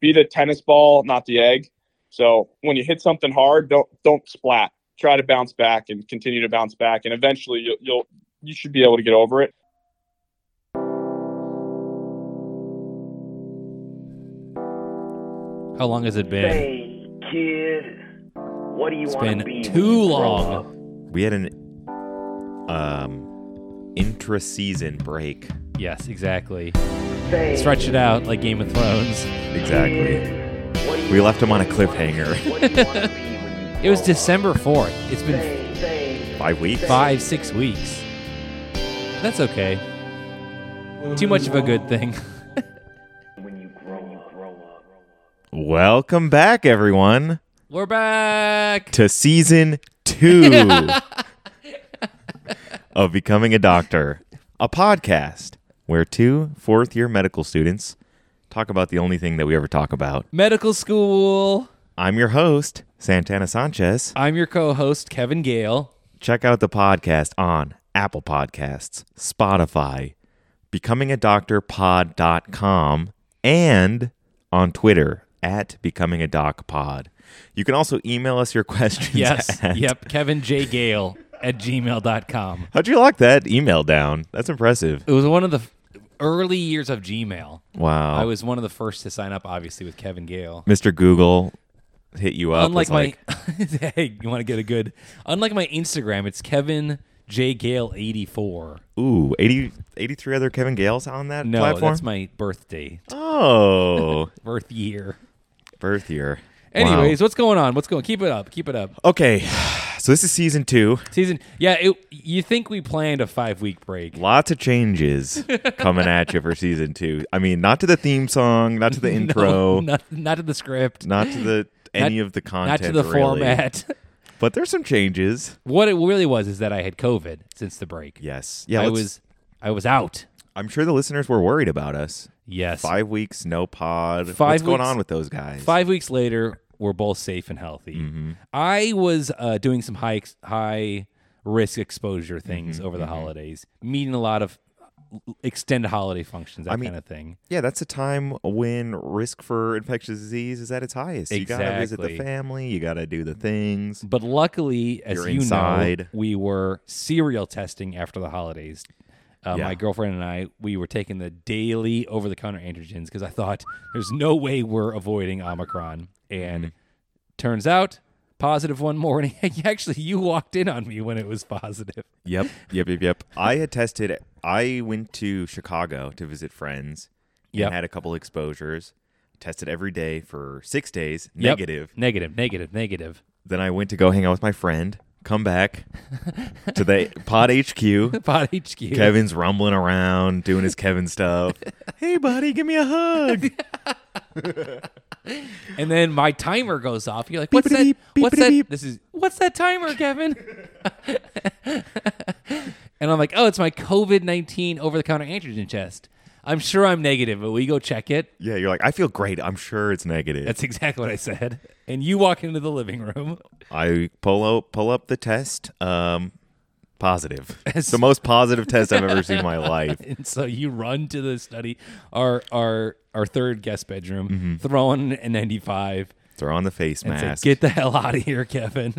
be the tennis ball, not the egg. So when you hit something hard, don't don't splat. Try to bounce back and continue to bounce back, and eventually you'll, you'll you should be able to get over it. How long has it been? Hey, kid, what do you It's want been to be? when too you grow long. up? We had an um intra-season break. Yes, exactly. Hey, Stretch it out like Game of Thrones. Exactly. what do you We left him on a want to be? cliffhanger. What do you want to be when you It was grow up? December 4th. It's been Say, say, Five weeks. five, six weeks. That's okay. Too much of a good thing. when you grow up, grow up. Welcome back, everyone, We're back. to season two of Becoming a Doctor, a podcast where two fourth year medical students talk about the only thing that we ever talk about. Medical school. I'm your host, Santana Sanchez. I'm your co host, Kevin Gale. Check out the podcast on Apple Podcasts, Spotify, becomingadoctorpod.com, and on Twitter at becomingadocpod. You can also email us your questions. Yes. at- Yep. Kevin J. Gale at gmail.com. How'd you lock that email down? That's impressive. It was one of the f- early years of Gmail. Wow. I was one of the first to sign up, obviously, with Kevin Gale. Mr. Google hit you up. unlike was my, like, hey, you want to get a good? Unlike my Instagram, it's Kevin J Gale eighty four. ooh, 80, 83 other Kevin Gales on that No, platform? that's my birthday, oh, birth year. birth year. Wow. Anyways, what's going on? What's going? Keep it up. Keep it up. okay. So this is season two. Season. Yeah. It, you think we planned a five week break? Lots of changes coming at you for season two. I mean, not to the theme song, not to the intro, not, not to the script. not to the any of the not content, to the really. format. But there's some changes. what it really was is that I had COVID since the break. Yes, yeah. I let's- was. I was out. I'm sure the listeners were worried about us. Yes. Five weeks, no pod. Five What's going weeks- on with those guys? Five weeks later, we're both safe and healthy. Mm-hmm. I was uh, doing some high ex- high risk exposure things Mm-hmm. over the holidays, meeting a lot of uh, extended holiday functions, that I mean, kind of thing. Yeah, that's a time when risk for infectious disease is at its highest. You gotta visit the Exactly. family. You gotta do the things. But luckily, as You're you know, inside. we were serial testing after the holidays. Uh, Yeah. My girlfriend and I, we were taking the daily over the counter antigens because I thought there's no way we're avoiding Omicron. And Mm-hmm. turns out, positive one morning. Actually, you walked in on me when it was positive. Yep, yep, yep, yep. I had tested. I went to Chicago to visit friends. Yep. and had a couple exposures. Tested every day for six days, Yep. negative. Negative, negative, negative. Then I went to go hang out with my friend. Come back to the Pod HQ. Pod HQ. Kevin's rumbling around, doing his Kevin stuff. hey, buddy, give me a hug. And then my timer goes off. You're like, what's that? Beep-a-beep, what's that? beep-a-beep. This is what's that timer, Kevin? and I'm like, oh, it's my COVID nineteen over the counter antigen test. I'm sure I'm negative, but we go check it. yeah, you're like, I feel great. I'm sure it's negative. That's exactly what I said. And you walk into the living room. I pull out, pull up the test. Um, positive. Yes. It's the most positive test I've ever seen in my life. And so you run to the study, our our our third guest bedroom, throw on a 95, Throw on the face and mask. say, "Get the hell out of here, Kevin."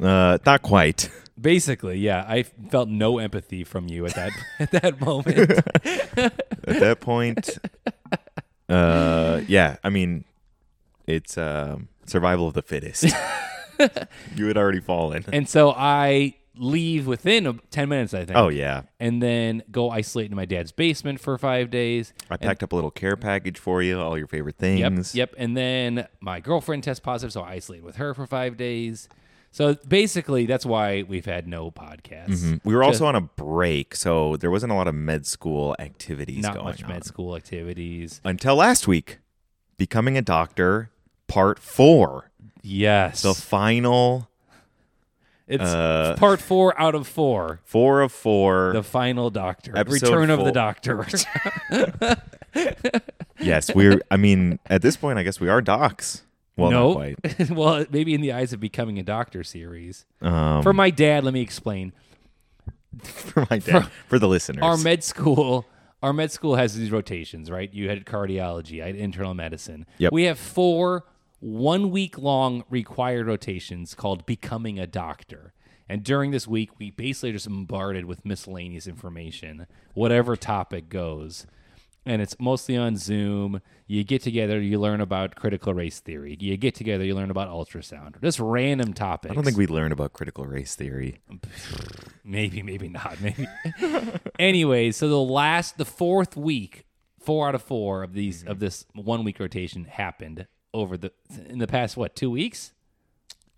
uh, not quite. Basically, yeah, I felt no empathy from you at that at that moment. at that point uh yeah i mean it's um survival of the fittest you had already fallen And so I leave within a- 10 minutes, I think. oh yeah And then go isolate in my dad's basement for five days. i packed up a little care package for you all your favorite Yep. things Yep. And then my girlfriend tests positive, so I isolate with her for five days. So basically, that's why we've had no podcasts. Mm-hmm. we were also on a break so there wasn't a lot of med school activities Not going much on. med school activities. until last week becoming a doctor part four Yes. the final it's uh, part four out of four. four of four The final doctor. Episode Return of four. the doctor. yes we're i mean at this point i guess we are docs well not no. quite well, maybe in the eyes of becoming a doctor series. um, For my dad, let me explain. for my dad for the listeners our med school our med school has these rotations, right? You had cardiology, I had internal medicine. Yep. We have four one week long required rotations called Becoming a Doctor. And during this week, we basically are just bombarded with miscellaneous information, whatever topic goes. And it's mostly on Zoom. You get together, you learn about critical race theory. You get together, you learn about ultrasound, or just random topics. I don't think we learn about critical race theory. Maybe, maybe not. Maybe. anyway, so the last, the fourth week, four out of four of these Mm-hmm. of this one week rotation happened over the in the past what two weeks,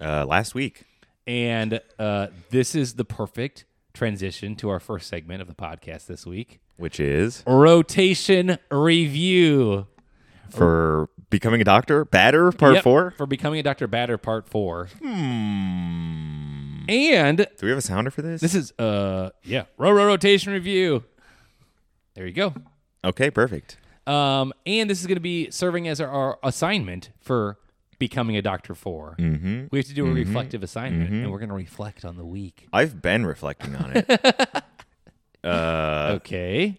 Uh, last week, and uh, this is the perfect transition to our first segment of the podcast this week: which is rotation review. for becoming a doctor, batter part Oh. Yep, four. for becoming a Doctor Batter Part Four. And Hmm. Do we have a sounder for this? this is uh yeah, row row rotation review. There you go. okay, perfect. Um, and this is going to be serving as our, our assignment for becoming a doctor for. Mm-hmm. We have to do a reflective assignment, Mm-hmm. and we're going to reflect on the week. I've been reflecting on it. Uh, okay.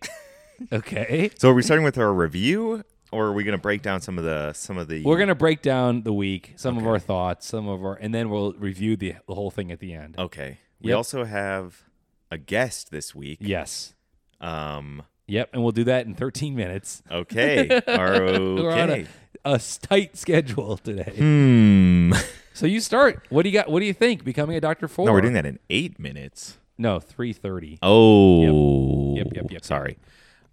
okay. so, are we starting with our review, or are we going to break down some of the some of the? We're going to break down the week, some of our thoughts, some of our, and then we'll review the, the whole thing at the end. Okay. We Yep. also have a guest this week. Yes. Um. Yep. And we'll do that in 13 minutes. Okay. Are We're on okay. a, a tight schedule today. Hmm. So you start. What do you got? What do you think? Becoming a doctor for? No, we're doing that in eight minutes. No, 3.30. Oh. Yep, yep, yep. Sorry.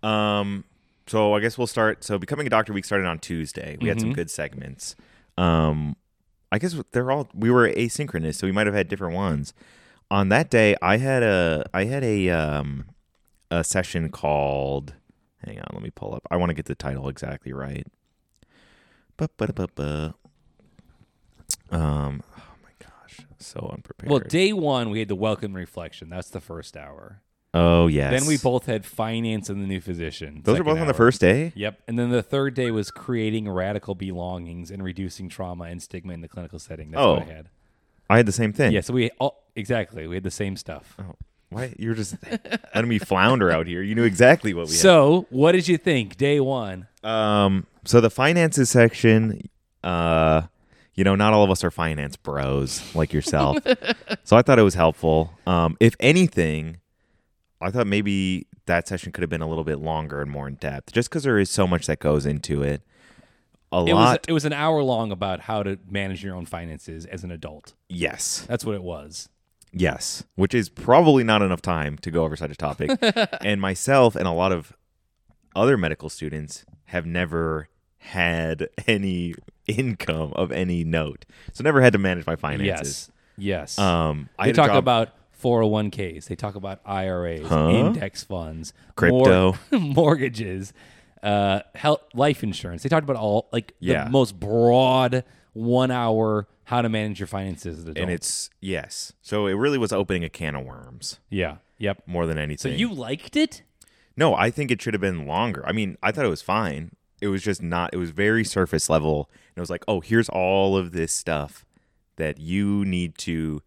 Um. So I guess we'll start. So becoming a doctor week started on Tuesday. We Mm-hmm. had some good segments. Um. I guess they're all we were asynchronous, so we might have had different ones. On that day, I had a I had a um a session called. Hang on, let me pull up. I want to get the title exactly right. Ba-ba-da-ba-ba. Um. Oh my gosh, so unprepared. Well, day one, we had the welcome reflection. That's the first hour. oh yes. Then we both had finance and the new physician. Those are second both on the hour. first day. Yep. And then the third day was creating radical belongings and reducing trauma and stigma in the clinical setting. That's what I Oh. had. I had the same thing. Yeah. So we all, exactly, we had the same stuff. Oh, why you're just letting me flounder out here? You knew exactly what we So what did you think day one? had. Um, so the finances section, uh, you know, not all of us are finance bros like yourself. so I thought it was helpful. Um, if anything, I thought maybe that session could have been a little bit longer and more in depth, just because there is so much that goes into it. A It was, lot, it was an hour long about how to manage your own finances as an adult. yes, That's what it was. yes, which is probably not enough time to go over such a topic. and myself and a lot of other medical students have never had any income of any note, so never had to manage my finances. Yes. Yes. Um, I they had a talk job- about 401ks. They talk about IRAs, Huh? index funds, Crypto. mor- mortgages, uh, health, life insurance. They talked about all like Yeah. the most broad one hour how to manage your finances. As an adult. and it's yes. So it really was opening a can of worms yeah, yep. more than So anything. you liked it? no, I think it should have been longer. I mean, I thought it was fine. It was just not. It was very surface level, and it was like, oh, here's all of this stuff that you need to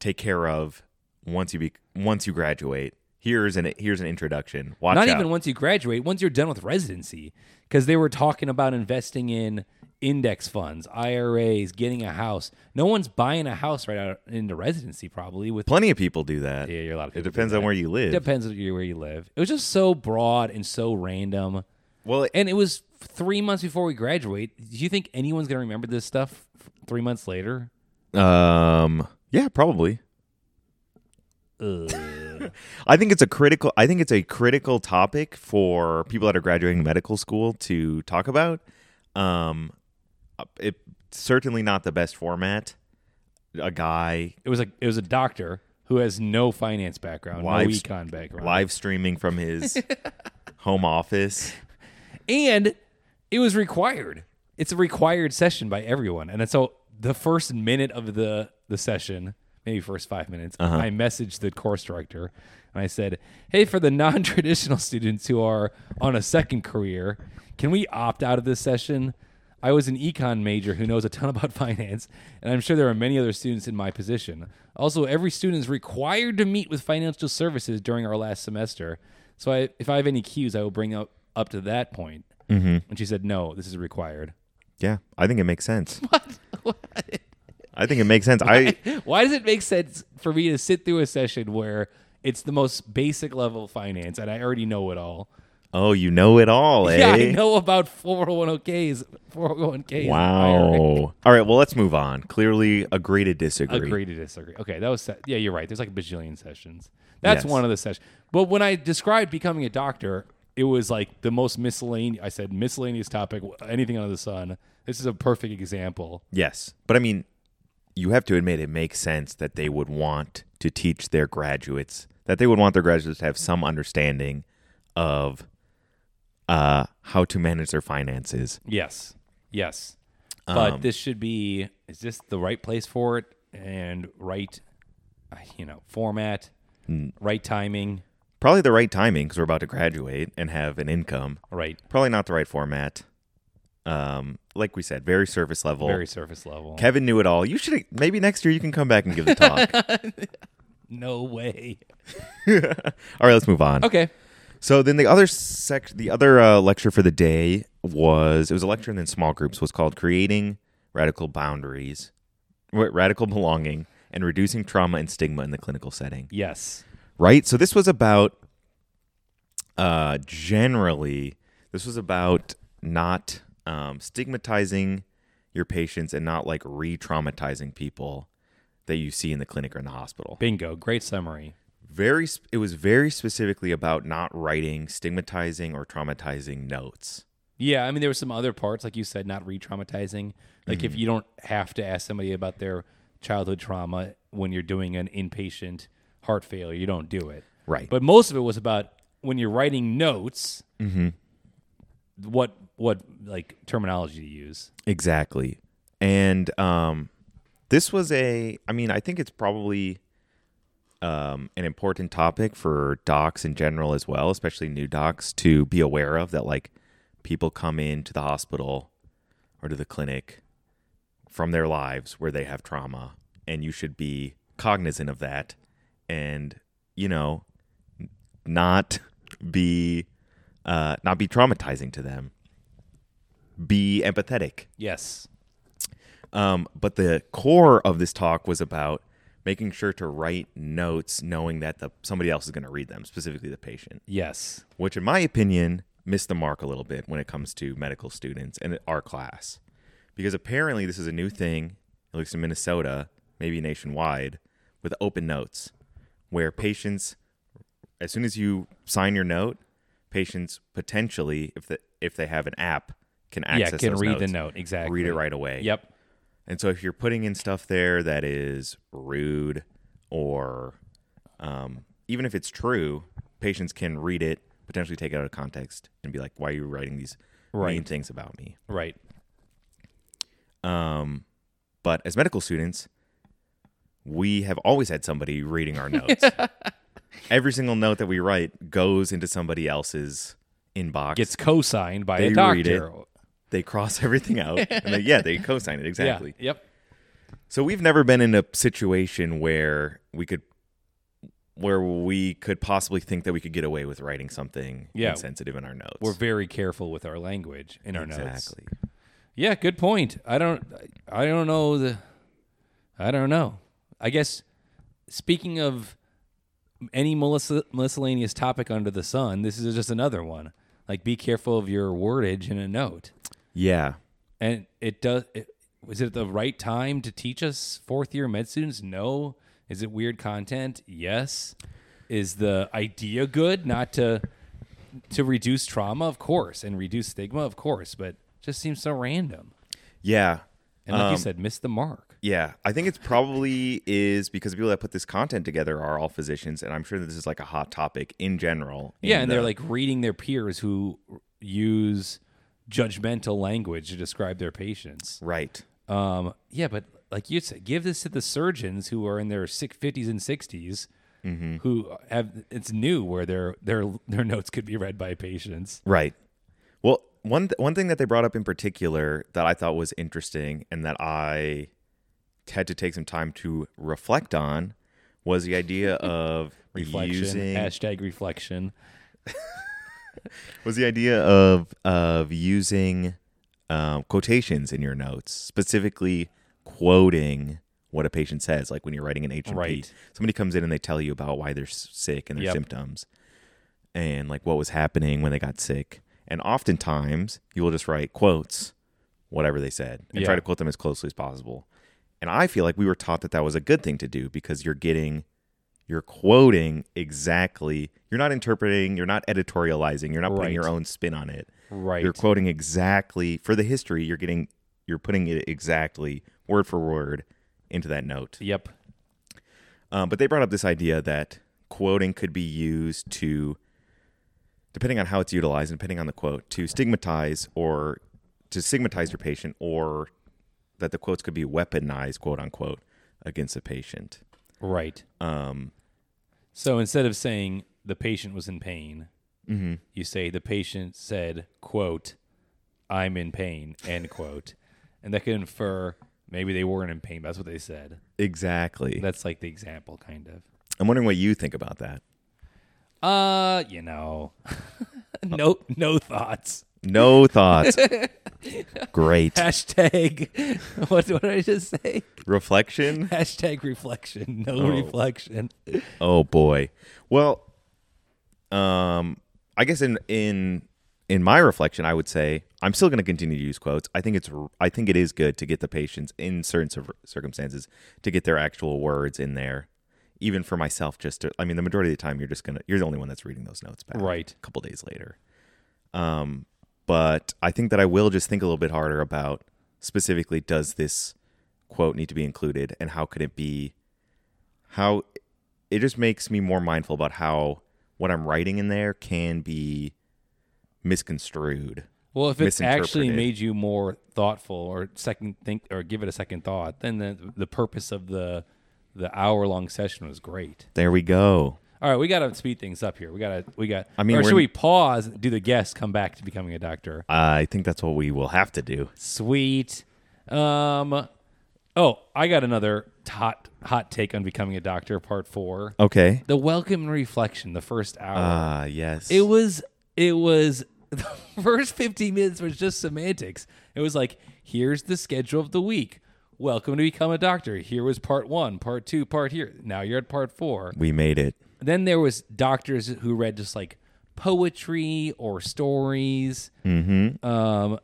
take care of once you be once you graduate. Here's an here's an introduction. Watch Not out. even once you graduate. Once you're done with residency, because they were talking about investing in index funds, IRAs, getting a house. No one's buying a house right out into residency, probably with Plenty of people do that. Yeah, you're a lot of It people do depends on that. where you live. Depends on you- where you live. It was just so broad and so random. well, it- And it was three months before we graduate. Do you think anyone's going to remember this stuff f- three months later? um, yeah, probably. I think it's a critical. I think it's a critical topic for people that are graduating medical school to talk about. Um, it certainly not the best format. A guy It was a it was a doctor who has no finance background, no Lives- econ background, live streaming from his home office. and it was required. It's a required session by everyone, and so the first minute of the the session, maybe first five minutes, I messaged the course director and I said, "Hey, for the non traditional students who are on a second career, can we opt out of this session?" I was an econ major who knows a ton about finance, and I'm sure there are many other students in my position. Also, every student is required to meet with financial services during our last semester. So I, if I have any cues, I will bring up up to that point. Mm-hmm. And she said, "No, this is required." Yeah, I think it makes sense. What? I think it makes sense. I Why does it make sense for me to sit through a session where it's the most basic level of finance and I already know it all? oh, you know it all, eh? Yeah, I know about 401ks, 401ks. Wow. All right, well, let's move on. Clearly, agree to disagree. Agree to disagree. Okay, that was se- yeah. You're right. There's like a bajillion sessions. That's Yes. one of the sessions. But when I described becoming a doctor, it was like the most miscellaneous. I said miscellaneous topic, anything under the sun. This is a perfect example. Yes. But I mean, you have to admit it makes sense that they would want to teach their graduates, that they would want their graduates to have some understanding of uh, how to manage their finances. Yes, yes. But this should be. Is this the right place for it? And right, uh, you know, format, right timing, Probably the right timing because we're about to graduate and have an income. right. Probably not the right format. Um, like we said, very surface level. Very surface level. Kevin knew it all. You should maybe next year you can come back and give the talk. no way. all right, let's move on. Okay. So then the other sec- the other uh, lecture for the day was it was a lecture in small groups was called creating radical boundaries, Wa- radical belonging, and reducing trauma and stigma in the clinical setting. Yes. Right. So this was about uh, generally this was about not um, stigmatizing your patients and not like re-traumatizing people that you see in the clinic or in the hospital Bingo. Great summary. very sp- it was very specifically about not writing stigmatizing or traumatizing notes Yeah, I mean, there were some other parts, like you said, not re-traumatizing. Like if you don't have to ask somebody about their childhood trauma when you're doing an inpatient heart failure, you don't do it. Right. But most of it was about when you're writing notes, Mm-hmm. what what like terminology to use. exactly and um this was a i mean i think it's probably um an important topic for docs in general as well especially new docs to be aware of that like people come into the hospital or to the clinic from their lives where they have trauma and you should be cognizant of that and you know n- not be uh not be traumatizing to them be empathetic Yes. um, but the core of this talk was about making sure to write notes, knowing that the somebody else is going to read them, specifically the patient. Yes. Which, in my opinion, missed the mark a little bit when it comes to medical students and our class, because apparently this is a new thing, at least in Minnesota, maybe nationwide, with open notes, where patients, as soon as you sign your note, patients potentially, if the, if they have an app, can access yeah, can those read the notes, note exactly. read it right away. Yep. And so if you're putting in stuff there that is rude or um, even if it's true, patients can read it, potentially take it out of context and be like, why are you writing these mean Right. things about me? Right. Um, but as medical students, we have always had somebody reading our notes. Every single note that we write goes into somebody else's inbox. Gets co-signed by a They doctor. read it. they cross everything out. and they, yeah, they co sign it. Exactly. Yeah. Yep. So we've never been in a situation where we could where we could possibly think that we could get away with writing something Yeah. insensitive in our notes. We're very careful with our language in our notes. exactly. Yeah, good point. I don't I don't know the I don't know. I guess speaking of any melissa- miscellaneous topic under the sun, this is just another one. Like be careful of your wordage in a note. Yeah. And it does it, was it the right time to teach us fourth year med students? No. Is it weird content? Yes. Is the idea good? Not to to reduce trauma, of course, and reduce stigma, of course, but just seems so random. Yeah. And like you Um, said, miss the mark. Yeah. I think it's probably is because the people that put this content together are all physicians and I'm sure that this is like a hot topic in general. in Yeah, and uh, they're the- like reading their peers who use judgmental language to describe their patients. Right. Um, yeah, but like you said, give this to the surgeons who are in their sick fifties and 60s Mm-hmm. who have it's new where their their their notes could be read by patients. Right. Well, one th- one thing that they brought up in particular that I thought was interesting and that I had to take some time to reflect on was the idea of Reflection using hashtag reflection. was the idea of of using um, quotations in your notes, specifically quoting what a patient says, like when you're writing an HMP. Right. Somebody comes in and they tell you about why they're s- sick and their Yep. symptoms, and like what was happening when they got sick. And oftentimes, you will just write quotes, whatever they said, and Yeah. try to quote them as closely as possible. And I feel like we were taught that that was a good thing to do because you're getting you're quoting exactly you're not interpreting you're not editorializing you're not putting Right. your own spin on it Right. you're quoting exactly for the history you're getting you're putting it exactly word for word into that note yep. um, but they brought up this idea that quoting could be used to depending on how it's utilized and depending on the quote to stigmatize or to stigmatize your patient or that the quotes could be weaponized quote unquote against the patient Right. um, So instead of saying the patient was in pain, you say the patient said, quote, I'm in pain, end quote. And that could infer maybe they weren't in pain. but That's what they said. exactly That's like the example, kind of. i'm wondering what you think about that Uh, you know, no, no thoughts. No thoughts. Great. Hashtag. What, what did I just say? Reflection? Hashtag reflection. No Oh. reflection. Oh boy. Well, um I guess in in in my reflection I would say I'm still going to continue to use quotes. I think it's r- I think it is good to get the patients in certain cir- circumstances to get their actual words in there. Even for myself just to I mean the majority of the time you're just going to you're the only one that's reading those notes back. Right. A couple days later. Um but I think that I will just think a little bit harder about specifically does this quote need to be included and how could it be how it just makes me more mindful about how what I'm writing in there can be misconstrued. Well, if it's actually misinterpreted. made you more thoughtful or second think or give it a second thought, then the, the purpose of the the hour long session was great. There we go. All right, we got to speed things up here. We got to we got. I mean, or we're- should we pause? Do the guests come back to becoming a doctor? Uh, I think that's what we will have to do. Sweet. Um. Oh, I got another hot hot take on becoming a doctor, part four. Okay. The welcome and reflection, the first hour. Ah, yes. It was it was the first 15 minutes was just semantics. It was like, here's the schedule of the week. Welcome to become a doctor. Here was part one, part two, part here. Now you're at part four. we made it. Then there was doctors who read just like poetry or stories. Um,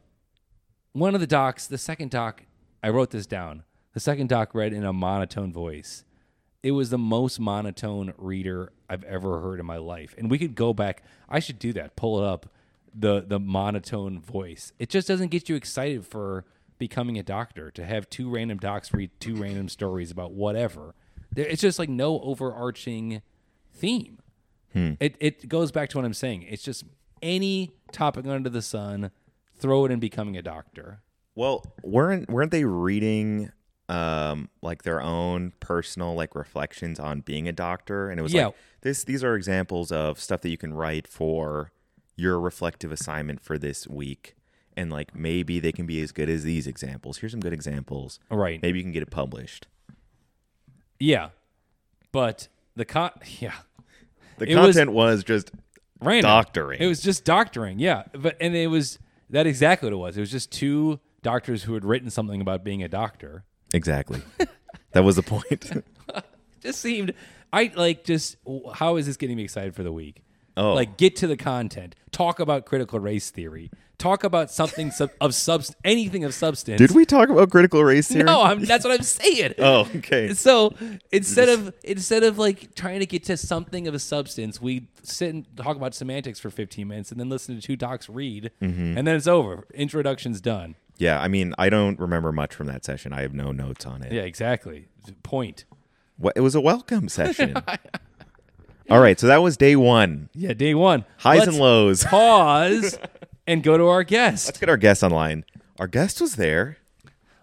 one of the docs, the second doc, I wrote this down. The second doc read in a monotone voice. It was the most monotone reader I've ever heard in my life. And we could go back. I should do that. Pull it up. The the monotone voice. It just doesn't get you excited for becoming a doctor to have two random docs read two random stories about whatever. There, it's just like no overarching theme. Hmm. It it goes back to what I'm saying. It's just any topic under the sun, throw it in becoming a doctor. Well, weren't weren't they reading um like their own personal like reflections on being a doctor and it was Yeah. like this these are examples of stuff that you can write for your reflective assignment for this week and like maybe they can be as good as these examples. Here's some good examples. Right. Maybe you can get it published. Yeah. But the con yeah. The It was- content was, just Random. Doctoring. It was just doctoring, yeah. But and it was that exactly what it was. It was just two doctors who had written something about being a doctor. exactly. that was the point. Just seemed I like just w- how is this getting me excited for the week? Oh. Like get to the content. Talk about critical race theory. Talk about something sub- of subst anything of substance. Did we talk about critical race theory? No, I'm, that's what I'm saying. Oh, okay. So instead of instead of like trying to get to something of a substance, we sit and talk about semantics for 15 minutes, and then listen to two docs read, Mm-hmm. and then it's over. Introduction's done. Yeah, I mean, I don't remember much from that session. I have no notes on it. Yeah, exactly. Point. Wha- It was a welcome session. All right, so that was day one. Yeah, day one. Highs Let's and lows. Look Pause and go to our guest. at our guest online. Our guest was there.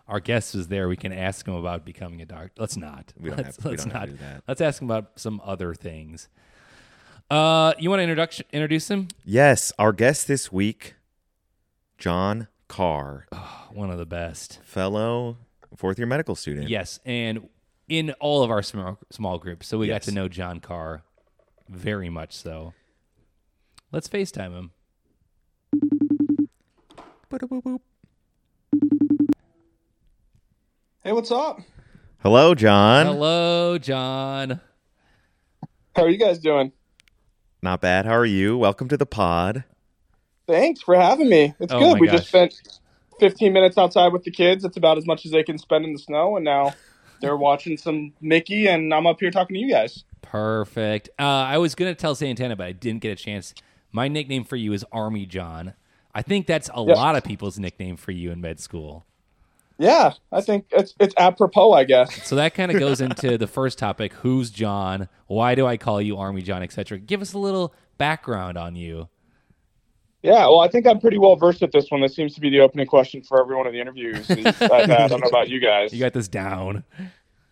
Our guest was there. We can ask him about becoming a doctor. Let's not. We don't let's have- we let's don't not. have to do that. Let's ask him about some other things. Uh, you want to introduction introduce him? Yes, our guest this week, John Carr, One of the best. fellow fourth year medical student. Yes, and in all of our small, small groups, so we Yes. got to know John Carr very much. So Let's FaceTime him. Boop-a-boop-boop. Hey, what's up? Hello, John. Hello, John. How are you guys doing? Not bad. How are you? Welcome to the pod. Thanks for having me. It's Oh my good. We just gosh. spent 15 minutes outside with the kids. It's about as much as they can spend in the snow. And now they're watching some Mickey, and I'm up here talking to you guys. Perfect. Uh, I was gonna tell Santana, but I didn't get a chance. My nickname for you is Army John. I think that's a Yes. lot of people's nickname for you in med school. Yeah, I think it's it's apropos, I guess. So that kind of goes into the first topic: Who's John? Why do I call you Army John, etc. Give us a little background on you. Yeah, well, I think I'm pretty well versed at this one. This seems to be the opening question for every one of the interviews I've had. I don't know about you guys. You got this down.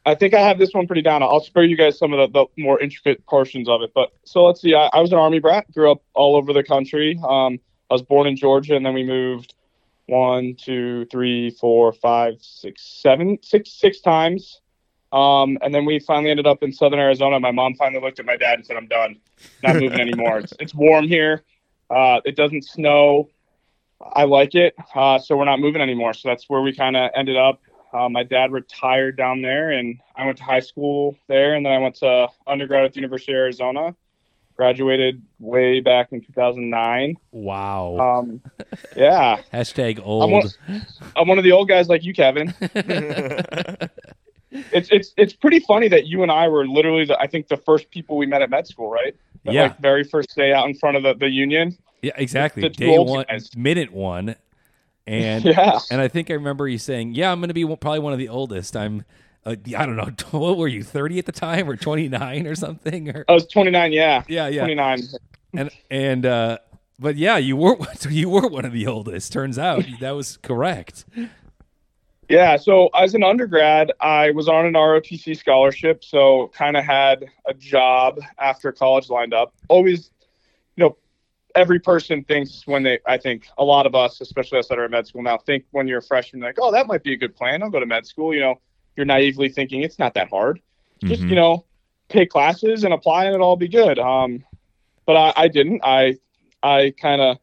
I think I have this one pretty down. I'll spare you guys some of the, the more intricate portions of it. But so let's see. I, I was an army brat, grew up all over the country. Um, I was born in Georgia, and then we moved one, two, three, four, five, six, seven, six, six times. Um, and then we finally ended up in Southern Arizona. My mom finally looked at my dad and said, "I'm done, not moving anymore. It's, it's warm here. Uh, it doesn't snow. I like it. Uh, so we're not moving anymore. So that's where we kind of ended up. Uh, my dad retired down there, and I went to high school there, and then I went to undergrad at the University of Arizona. Graduated way back in 2009. Wow. Um, yeah, Hashtag I'm one, old. I'm one of the old guys like you, Kevin. It's it's it's pretty funny that you and I were literally, the, I think, the first people we met at med school, right? That, Yeah. Like very first day out in front of the, the union. Yeah, exactly. the two Day old one, guys. minute one, and Yeah. and I think I remember you saying, "Yeah, I'm going to be one- probably one of the oldest." I'm, uh, I don't know, what were you, thirty at the time, or twenty nine, or something, or I was 29. Yeah. yeah, yeah, 29. and and uh, but yeah, you were so you were one of the oldest. Turns out that was correct. Yeah, so as an undergrad, I was on an ROTC scholarship, so kind of had a job after college lined up. Always, you know, every person thinks when they, I think a lot of us, especially us that are in med school now, think when you're a freshman, like, oh, that might be a good plan. I'll go to med school. You know, you're naively thinking it's not that hard. Just, Mhm. you know, take classes and apply and it'll all be good. Um, but I, I didn't. I, I kind of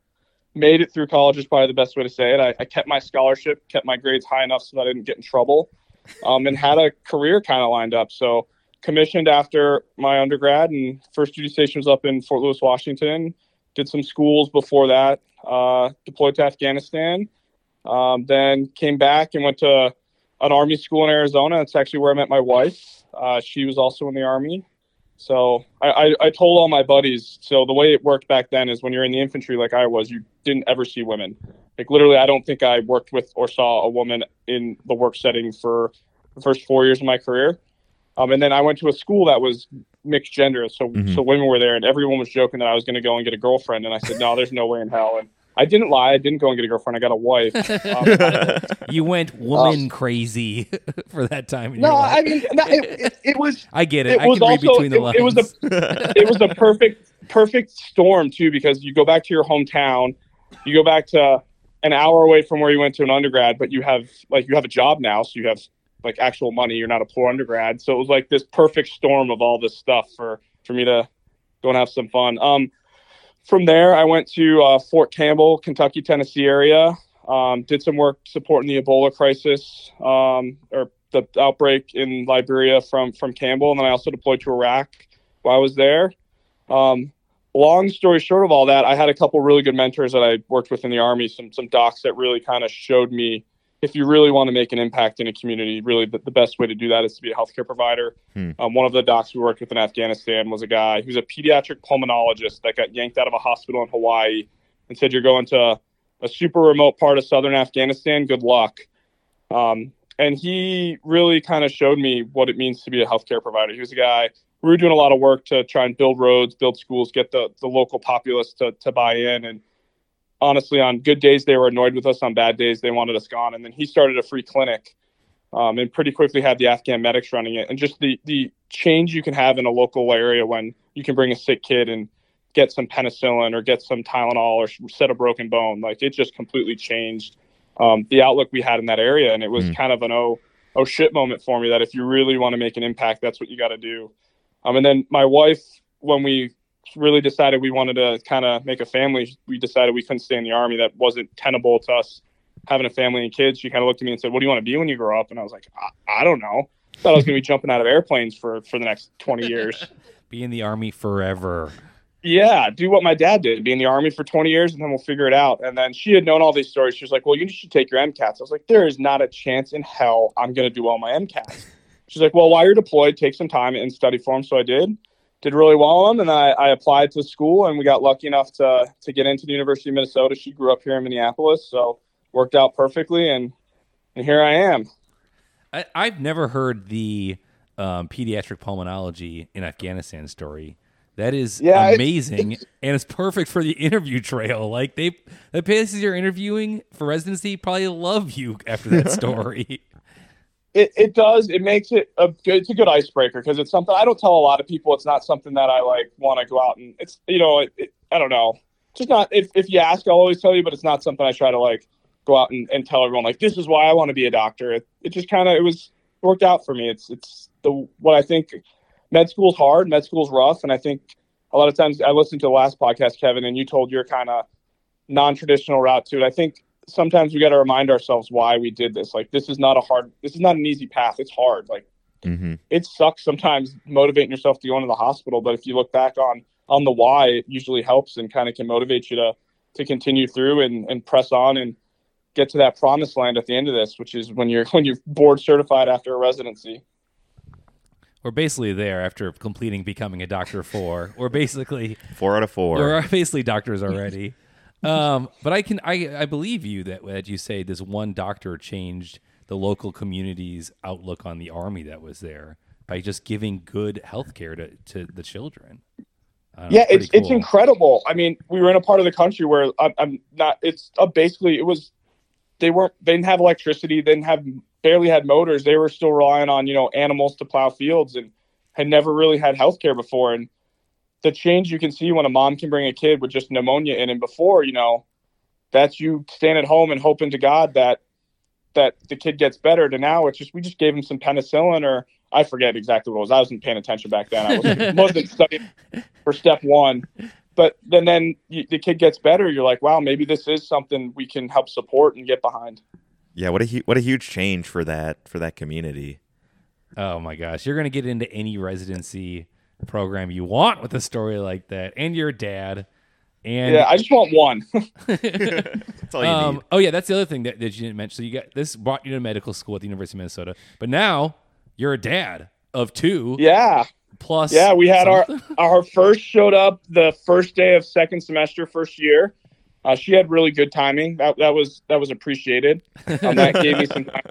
made it through college is probably the best way to say it. I, I kept my scholarship, kept my grades high enough so that I didn't get in trouble, um, and had a career kind of lined up. So commissioned after my undergrad, and first duty station was up in Fort Lewis, Washington. Did some schools before that. Uh, deployed to Afghanistan, um, then came back and went to an army school in Arizona. It's actually where I met my wife. Uh, she was also in the army. So I, I, I told all my buddies. So the way it worked back then is when you're in the infantry, like I was, you didn't ever see women. Like literally, I don't think I worked with or saw a woman in the work setting for the first four years of my career. Um, and then I went to a school that was mixed gender, so Mhm. so women were there, and everyone was joking that I was going to go and get a girlfriend, and I said, no, there's no way in hell. And I didn't lie. I didn't go and get a girlfriend. I got a wife. Um, You went woman crazy for that time in no, your life. I mean, no, it, it, it was I, get it. it I was can read also- between the lines. it- it was a- it was a perfect perfect storm too because you go back to your hometown you go back to an hour away from where you went to an undergrad but you have like you have a job now so you have like actual money you're not a poor undergrad so it was like this perfect storm of all this stuff for for me to go and have some fun um from there i went to uh, fort campbell kentucky tennessee area um, did some work supporting the ebola crisis um, or the outbreak in liberia from from campbell and then i also deployed to iraq while I was there. Um, long story short of all that, I had a couple really good mentors that I worked with in the army. Some some docs that really kind of showed me if you really want to make an impact in a community, really the, the best way to do that is to be a healthcare provider. Hmm. Um, one of the docs we worked with in Afghanistan was a guy who's a pediatric pulmonologist that got yanked out of a hospital in Hawaii and said, "You're going to a super remote part of southern Afghanistan. Good luck." Um, and he really kind of showed me what it means to be a healthcare provider. He was a guy we were doing a lot of work to try and build roads, build schools, get the, the local populace to, to buy in. And honestly, on good days, they were annoyed with us. On bad days, they wanted us gone. And then he started a free clinic um, and pretty quickly had the Afghan medics running it. And just the, the change you can have in a local area when you can bring a sick kid and get some penicillin or get some Tylenol or set a broken bone, like it just completely changed um, the outlook we had in that area. And it was Mm. kind of an oh, oh shit moment for me that if you really want to make an impact, that's what you got to do. Um, and then my wife, when we really decided we wanted to kind of make a family. We decided we couldn't stay in the army. That wasn't tenable to us having a family and kids. She kind of looked at me and said, "What do you want to be when you grow up?" And I was like, "I, I don't know." Thought I was going to be jumping out of airplanes for for the next twenty years. Be in the army forever. yeah, do what my dad did, be in the army for 20 years and then we'll figure it out. And then she had known all these stories. She was like, Well, you should take your MCATs. I was like, There is not a chance in hell I'm going to do all my MCATs. She's like, Well, while you're deployed, take some time and study for them. So I did, did really well on them. And I, I applied to school and we got lucky enough to, to get into the University of Minnesota. She grew up here in Minneapolis. So worked out perfectly. And, and here I am. I, I've never heard the um, pediatric pulmonology in Afghanistan story. That is Yeah, it's- amazing, and it's perfect for the interview trail. Like they, the places you're interviewing for residency probably love you after that story. it, it does it makes it a good it's a good icebreaker because it's something i don't tell a lot of people it's not something that i like want to go out and it's you know it, it, i don't know just not if, if you ask i'll always tell you but it's not something i try to like go out and, and tell everyone like this is why i want to be a doctor it, it just kind of it was worked out for me it's it's the what i think med school's hard med school's rough and i think a lot of times i listened to the last podcast kevin and you told your kind of non-traditional route to it i think sometimes we got to remind ourselves why we did this. Like this is not a hard, this is not an easy path. It's hard. Like Mm-hmm. it sucks sometimes motivating yourself to go into the hospital, but if you look back on on the why, it usually helps and kind of can motivate you to to continue through and and press on and get to that promised land at the end of this, which is when you're when you're board certified after a residency. We're basically there after completing becoming a doctor four. We're basically Four out of 4 we're basically doctors already. um, but I can I I believe you that that you say this one doctor changed the local community's outlook on the army that was there by just giving good health care to, to the children. I don't know, yeah, it's pretty it's cool. incredible. I mean, we were in a part of the country where I'm, I'm not. It's uh, basically it was they weren't they didn't have electricity, they didn't have barely had motors. They were still relying on you know animals to plow fields and had never really had healthcare before. And the change you can see when a mom can bring a kid with just pneumonia in, and before you know, that's you staying at home and hoping to God that that the kid gets better. To now, it's just we just gave him some penicillin or. I forget exactly what it was. I wasn't paying attention back then. I wasn't, wasn't studying for step one. But then, then you, the kid gets better. You're like, wow, maybe this is something we can help support and get behind. Yeah, what a hu- what a huge change for that for that community. Oh my gosh, you're gonna get into any residency program you want with a story like that, and your dad, and yeah, I just want one. That's all you Um, need. oh yeah, that's the other thing that, that you didn't mention. So you got this brought you to medical school at the University of Minnesota, but now you're a dad of two yeah, plus. yeah. We had our something. our first showed up the first day of second semester, first year. Uh, she had really good timing. That that was that was appreciated. Um, that gave me some time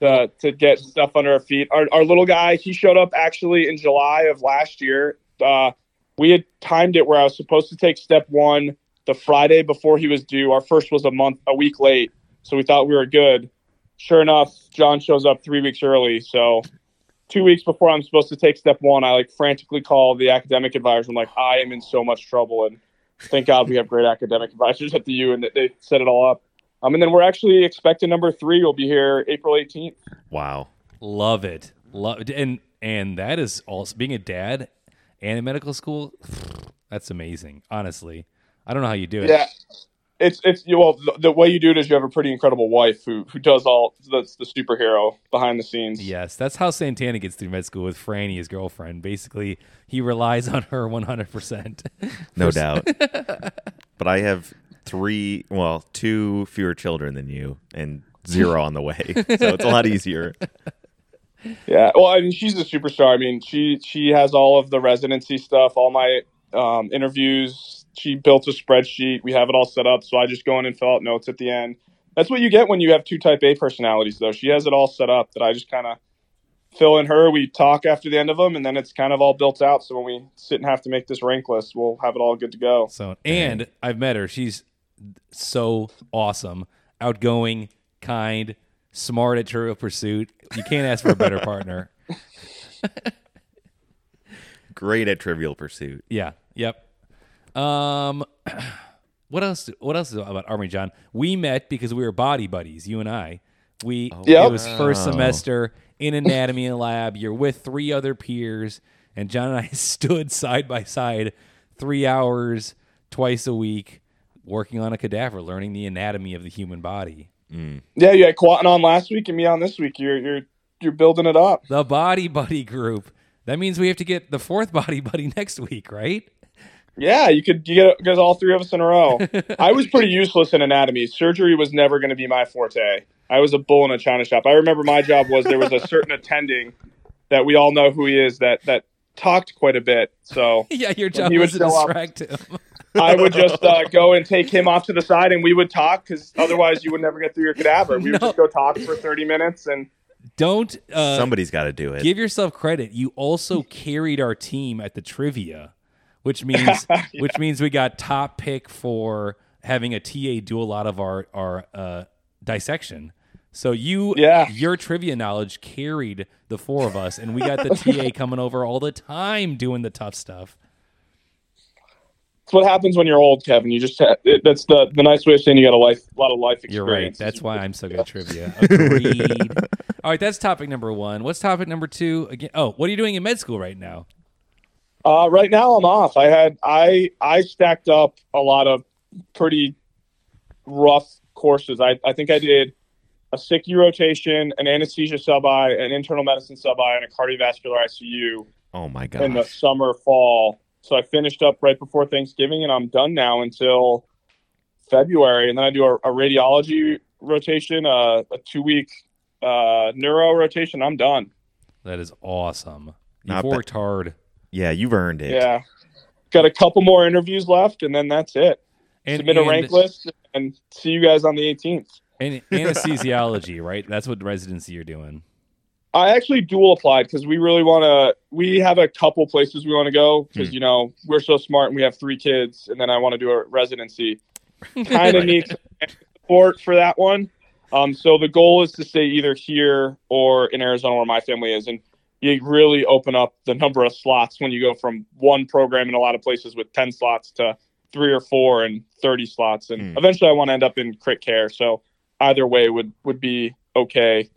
to, to get stuff under our feet. Our, our little guy, he showed up actually in July of last year. Uh, we had timed it where I was supposed to take step one the Friday before he was due. Our first was a month, a week late, so we thought we were good. Sure enough, John shows up three weeks early. So two weeks before I'm supposed to take step one, I like frantically call the academic advisor. I'm like, I am in so much trouble, and thank God we have great academic advisors at the U, and they set it all up. Um, and then we're actually expecting number three will be here April 18th. Wow. Love it, love and and that is also being a dad and in medical school. That's amazing. Honestly, I don't know how you do it. Yeah. It's it's you well the, the way you do it is you have a pretty incredible wife who who does all that's the superhero behind the scenes. Yes, that's how Santana gets through med school with Franny, his girlfriend. Basically, he relies on her 100. percent No doubt. but I have three, well, two fewer children than you, and zero on the way, so it's a lot easier. Yeah. Well, I mean, she's a superstar. I mean, she she has all of the residency stuff, all my um, interviews. She built a spreadsheet. We have it all set up, so I just go in and fill out notes at the end. That's what you get when you have two Type A personalities, though. She has it all set up that I just kind of fill in her. We talk after the end of them, and then it's kind of all built out. So when we sit and have to make this rank list, we'll have it all good to go. So, and I've met her. She's so awesome, outgoing, kind, smart at Trivial Pursuit. You can't ask for a better partner. Great at Trivial Pursuit. Yeah. Yep. Um, what else? What else is about Army John? We met because we were body buddies. You and I. We. Yep. It was first Wow. semester in anatomy and lab. You're with three other peers, and John and I stood side by side three hours twice a week working on a cadaver, learning the anatomy of the human body. Mm. Yeah, you had Quantin on last week and me on this week. You're you're you're building it up. The body buddy group. That means we have to get the fourth body buddy next week, right? Yeah, you could you get, get all three of us in a row. I was pretty useless in anatomy. Surgery was never going to be my forte. I was a bull in a china shop. I remember my job was there was a certain attending that we all know who he is that that talked quite a bit. So yeah, your job he was to would show up. distract him. I would just uh, go and take him off to the side and we would talk because otherwise you would never get through your cadaver. We would No. just go talk for thirty minutes and Don't uh, Somebody's got to do it. give yourself credit. You also carried our team at the trivia, which means which means we got top pick for having a TA do a lot of our our uh, dissection. So you, Yeah. your trivia knowledge carried the four of us, and we got the TA coming over all the time doing the tough stuff. it's what happens when you're old, Kevin. You just ha- it, that's the the nice way of saying you got a life, a lot of life experience. You're right. That's why I'm so good at trivia. Agreed. all right, that's topic number one. What's topic number two again? Oh, what are you doing in med school right now? Uh, right now, I'm off. I had I I stacked up a lot of pretty rough courses. I I think I did a sick U rotation, an anesthesia sub I, an internal medicine sub I, and a cardiovascular ICU oh my in the gosh. summer fall. So I finished up right before Thanksgiving, and I'm done now until February. And then I do a, a radiology rotation, uh, a two week uh, neuro rotation. I'm done. That is awesome. You've Not bad. worked hard. Yeah, you've earned it. Yeah, got a couple more interviews left, and then that's it. And, Submit and- a rank list, and see you guys on the 18th. And anesthesiology, right? That's what residency you're doing. I actually dual applied because we really want to. We have a couple places we want to go because Hmm. you know we're so smart and we have three kids, and then I want to do a residency. Kind of Right. need some support for that one. Um, so the goal is to stay either here or in Arizona where my family is, and you really open up the number of slots when you go from one program in a lot of places with ten slots to three or four and thirty slots, and Hmm. eventually I want to end up in crit care. So either way would would be okay.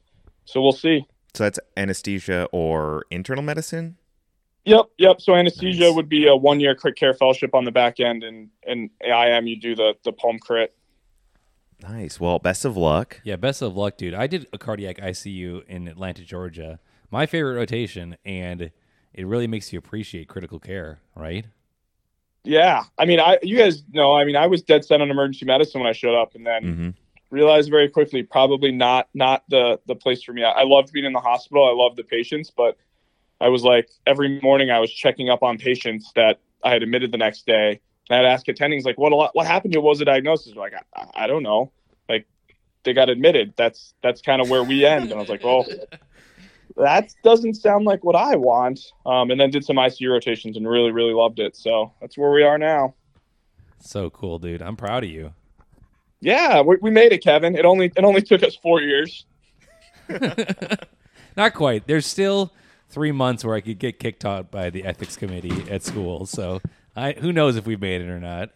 So we'll see. So that's anesthesia or internal medicine. Yep, yep. So anesthesia Nice. would be a one year crit care fellowship on the back end, and and IM you do the the palm crit. Nice. Well, best of luck. Yeah, best of luck, dude. I did a cardiac ICU in Atlanta, Georgia. My favorite rotation, and it really makes you appreciate critical care, right? Yeah, I mean, I you guys know, I mean, I was dead set on emergency medicine when I showed up, and then hmm realized very quickly probably not not the the place for me. I, I loved being in the hospital, I loved the patients, but I was like every morning I was checking up on patients that I had admitted the next day, and I'd ask attendings like, "What what happened? to you? What was the diagnosis?" They're like, I, I- "I don't know." Like they got admitted. That's that's kind of where we end. And I was like, "Well." That doesn't sound like what I want. Um, and then did some ICU rotations and really, really loved it. So that's where we are now. So cool, dude. I'm proud of you. Yeah, we, we made it, Kevin. It only it only took us four years. Not quite. There's still three months where I could get kicked out by the ethics committee at school. So I who knows if we've made it or not.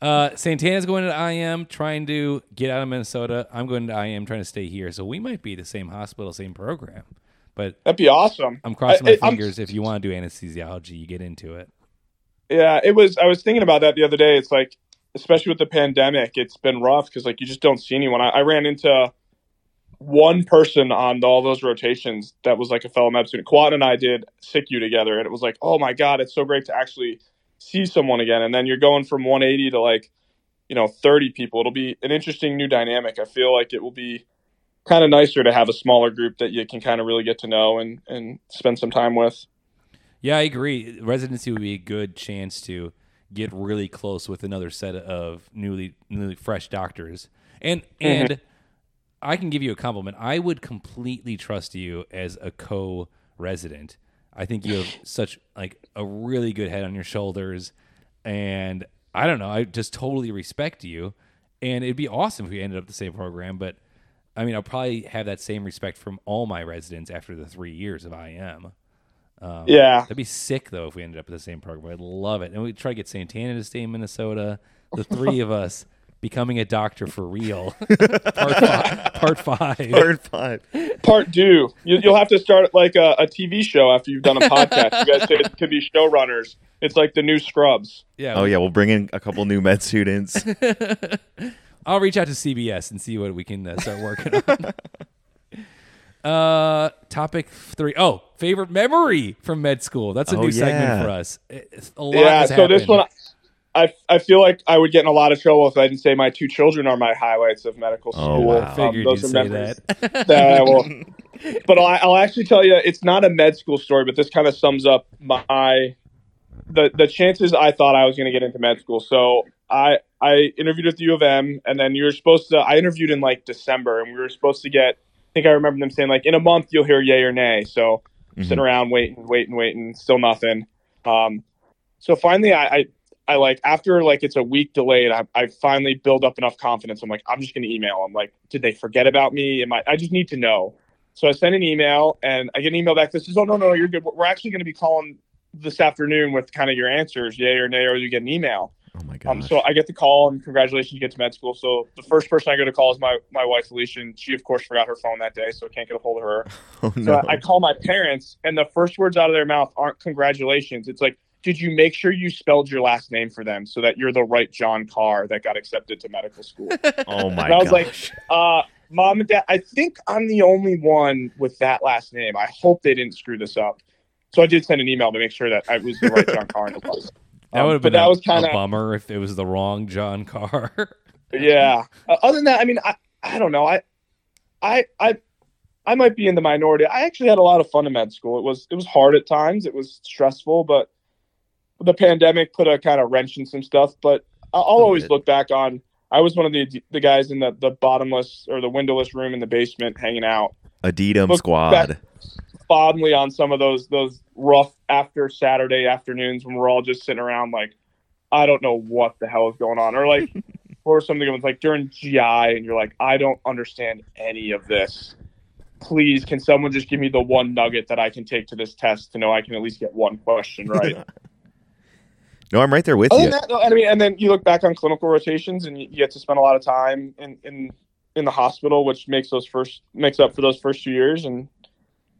Uh, Santana's going to IM, trying to get out of Minnesota. I'm going to IM, trying to stay here. So we might be the same hospital, same program. But That'd be awesome. I'm crossing I- my I- I'm- fingers. if you want to do anesthesiology, you get into it. yeah, it was. I was thinking about that the other day. It's like, especially with the pandemic, it's been rough because like you just don't see anyone. I, I ran into one person on all those rotations that was like a fellow med student. Quad and I did SICU together, and it was like, oh my god, it's so great to actually see someone again. And then you're going from 180 to like, you know, 30 people. It'll be an interesting new dynamic. I feel like it will be kind of nicer to have a smaller group that you can kind of really get to know and and spend some time with. Yeah, I agree. Residency would be a good chance to get really close with another set of newly newly fresh doctors. And and I can give you a compliment. I would completely trust you as a co-resident. I think you have such like a really good head on your shoulders and I don't know, I just totally respect you and it'd be awesome if we ended up the same program, but I mean, I'll probably have that same respect from all my residents after the 3 years of IM. Um, Yeah. That'd be sick though if we ended up at the same program. I'd love it. And we try to get Santana to stay in Minnesota. The three of us becoming a doctor for real. part, five, part five. Part five. Part due. You, you'll have to start like a, a TV show after you've done a podcast. You guys could, could be showrunners. It's like the new Scrubs. Yeah. Oh yeah, we'll bring in a couple new med students. I'll reach out to CBS and see what we can uh, start working on. uh, topic three. Oh, favorite memory from med school. That's a Oh, new yeah. segment for us. It's a lot yeah. has So this happened. one, I I feel like I would get in a lot of trouble if I didn't say my two children are my highlights of medical school. Oh, wow. Um, figured those you'd are say memories that. that I will. But I'll, I'll actually tell you, it's not a med school story, but this kind of sums up my the the chances I thought I was going to get into med school. So I I interviewed with the U of M, and then you were supposed to. I interviewed in like December, and we were supposed to get. I think I remember them saying like in a month you'll hear yay or nay. So sitting around waiting, waiting, waiting, still nothing. Um, so finally, I, I, I like after like it's a week delayed, I, I finally build up enough confidence. I'm like, I'm just gonna email. I'm like, did they forget about me? Am I? I just need to know. So I send an email and I get an email back that says, Oh no, no, you're good. We're actually gonna be calling this afternoon with kind of your answers, yay or nay, or you get an email. Oh my Um, gosh. so I get the call and congratulations, you get to med school. So the first person I go to call is my my wife, Alicia, and she of course forgot her phone that day, so I can't get a hold of her. oh So no. I, I call my parents, and the first words out of their mouth aren't congratulations. It's like, did you make sure you spelled your last name for them so that you're the right John Carr that got accepted to medical school? oh my and I was like- gosh. uh, Mom and Dad, I think I'm the only one with that last name. I hope they didn't screw this up. So I did send an email to make sure that I was the right John Carr. In the class. That Um, would have but been that a, was kinda- a bummer if it was the wrong John Carr. yeah. Uh, other than that, I mean, I, I don't know. I, I, I, I might be in the minority. I actually had a lot of fun in med school. It was it was hard at times. It was stressful, but the pandemic put a kind of wrench in some stuff. But I- I'll little always bit. look back on. I was one of the the guys in the the bottomless or the windowless room in the basement, hanging out Adidum Look squad. fondly on some of those those rough after Saturday afternoons when we're all just sitting around like, I don't know what the hell is going on, or like, or something that was like during GI, and you're like, I don't understand any of this. Please, can someone just give me the one nugget that I can take to this test to know I can at least get one question right? Oh, No, I'm right there with Other you. than that, though, I mean, and then you look back on clinical rotations, and you you get to spend a lot of time in in in the hospital, which makes those first makes up for those first two years, and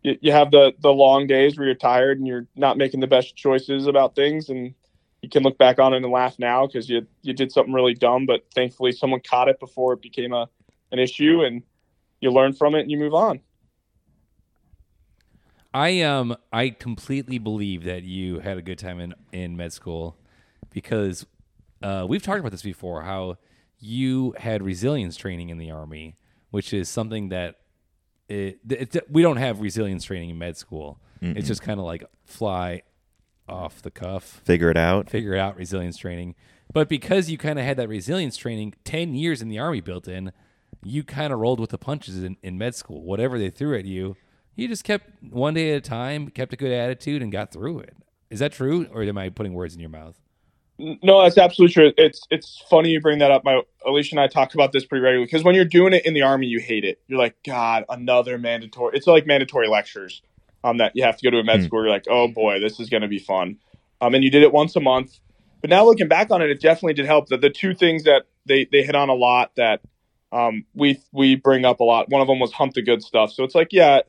you, you have the the long days where you're tired and you're not making the best choices about things, and you can look back on it and laugh now because you you did something really dumb, but thankfully someone caught it before it became a an issue, and you learn from it and you move on. I um I completely believe that you had a good time in in med school because uh, we've talked about this before how you had resilience training in the army, which is something that it, it, we don't have resilience training in med school. It's just kind of like fly off the cuff Figure it out. figure out resilience training. But because you kind of had that resilience training, 10 years in the army built in, you kind of rolled with the punches in, in med school. Whatever they threw at you, you just kept one day at a time, kept a good attitude, and got through it. Is that true? Or am I putting words in your mouth? No, that's absolutely true. It's it's funny you bring that up. My Alicia and I talk about this pretty regularly because when you're doing it in the army, you hate it. You're like, God, another mandatory. It's like mandatory lectures um, that you have to go to a med Hmm. school. You're like, oh boy, this is going to be fun. Um, and you did it once a month. But now looking back on it, it definitely did help. That the two things that they they hit on a lot that um, we we bring up a lot. One of them was hump the good stuff. So it's like, yeah,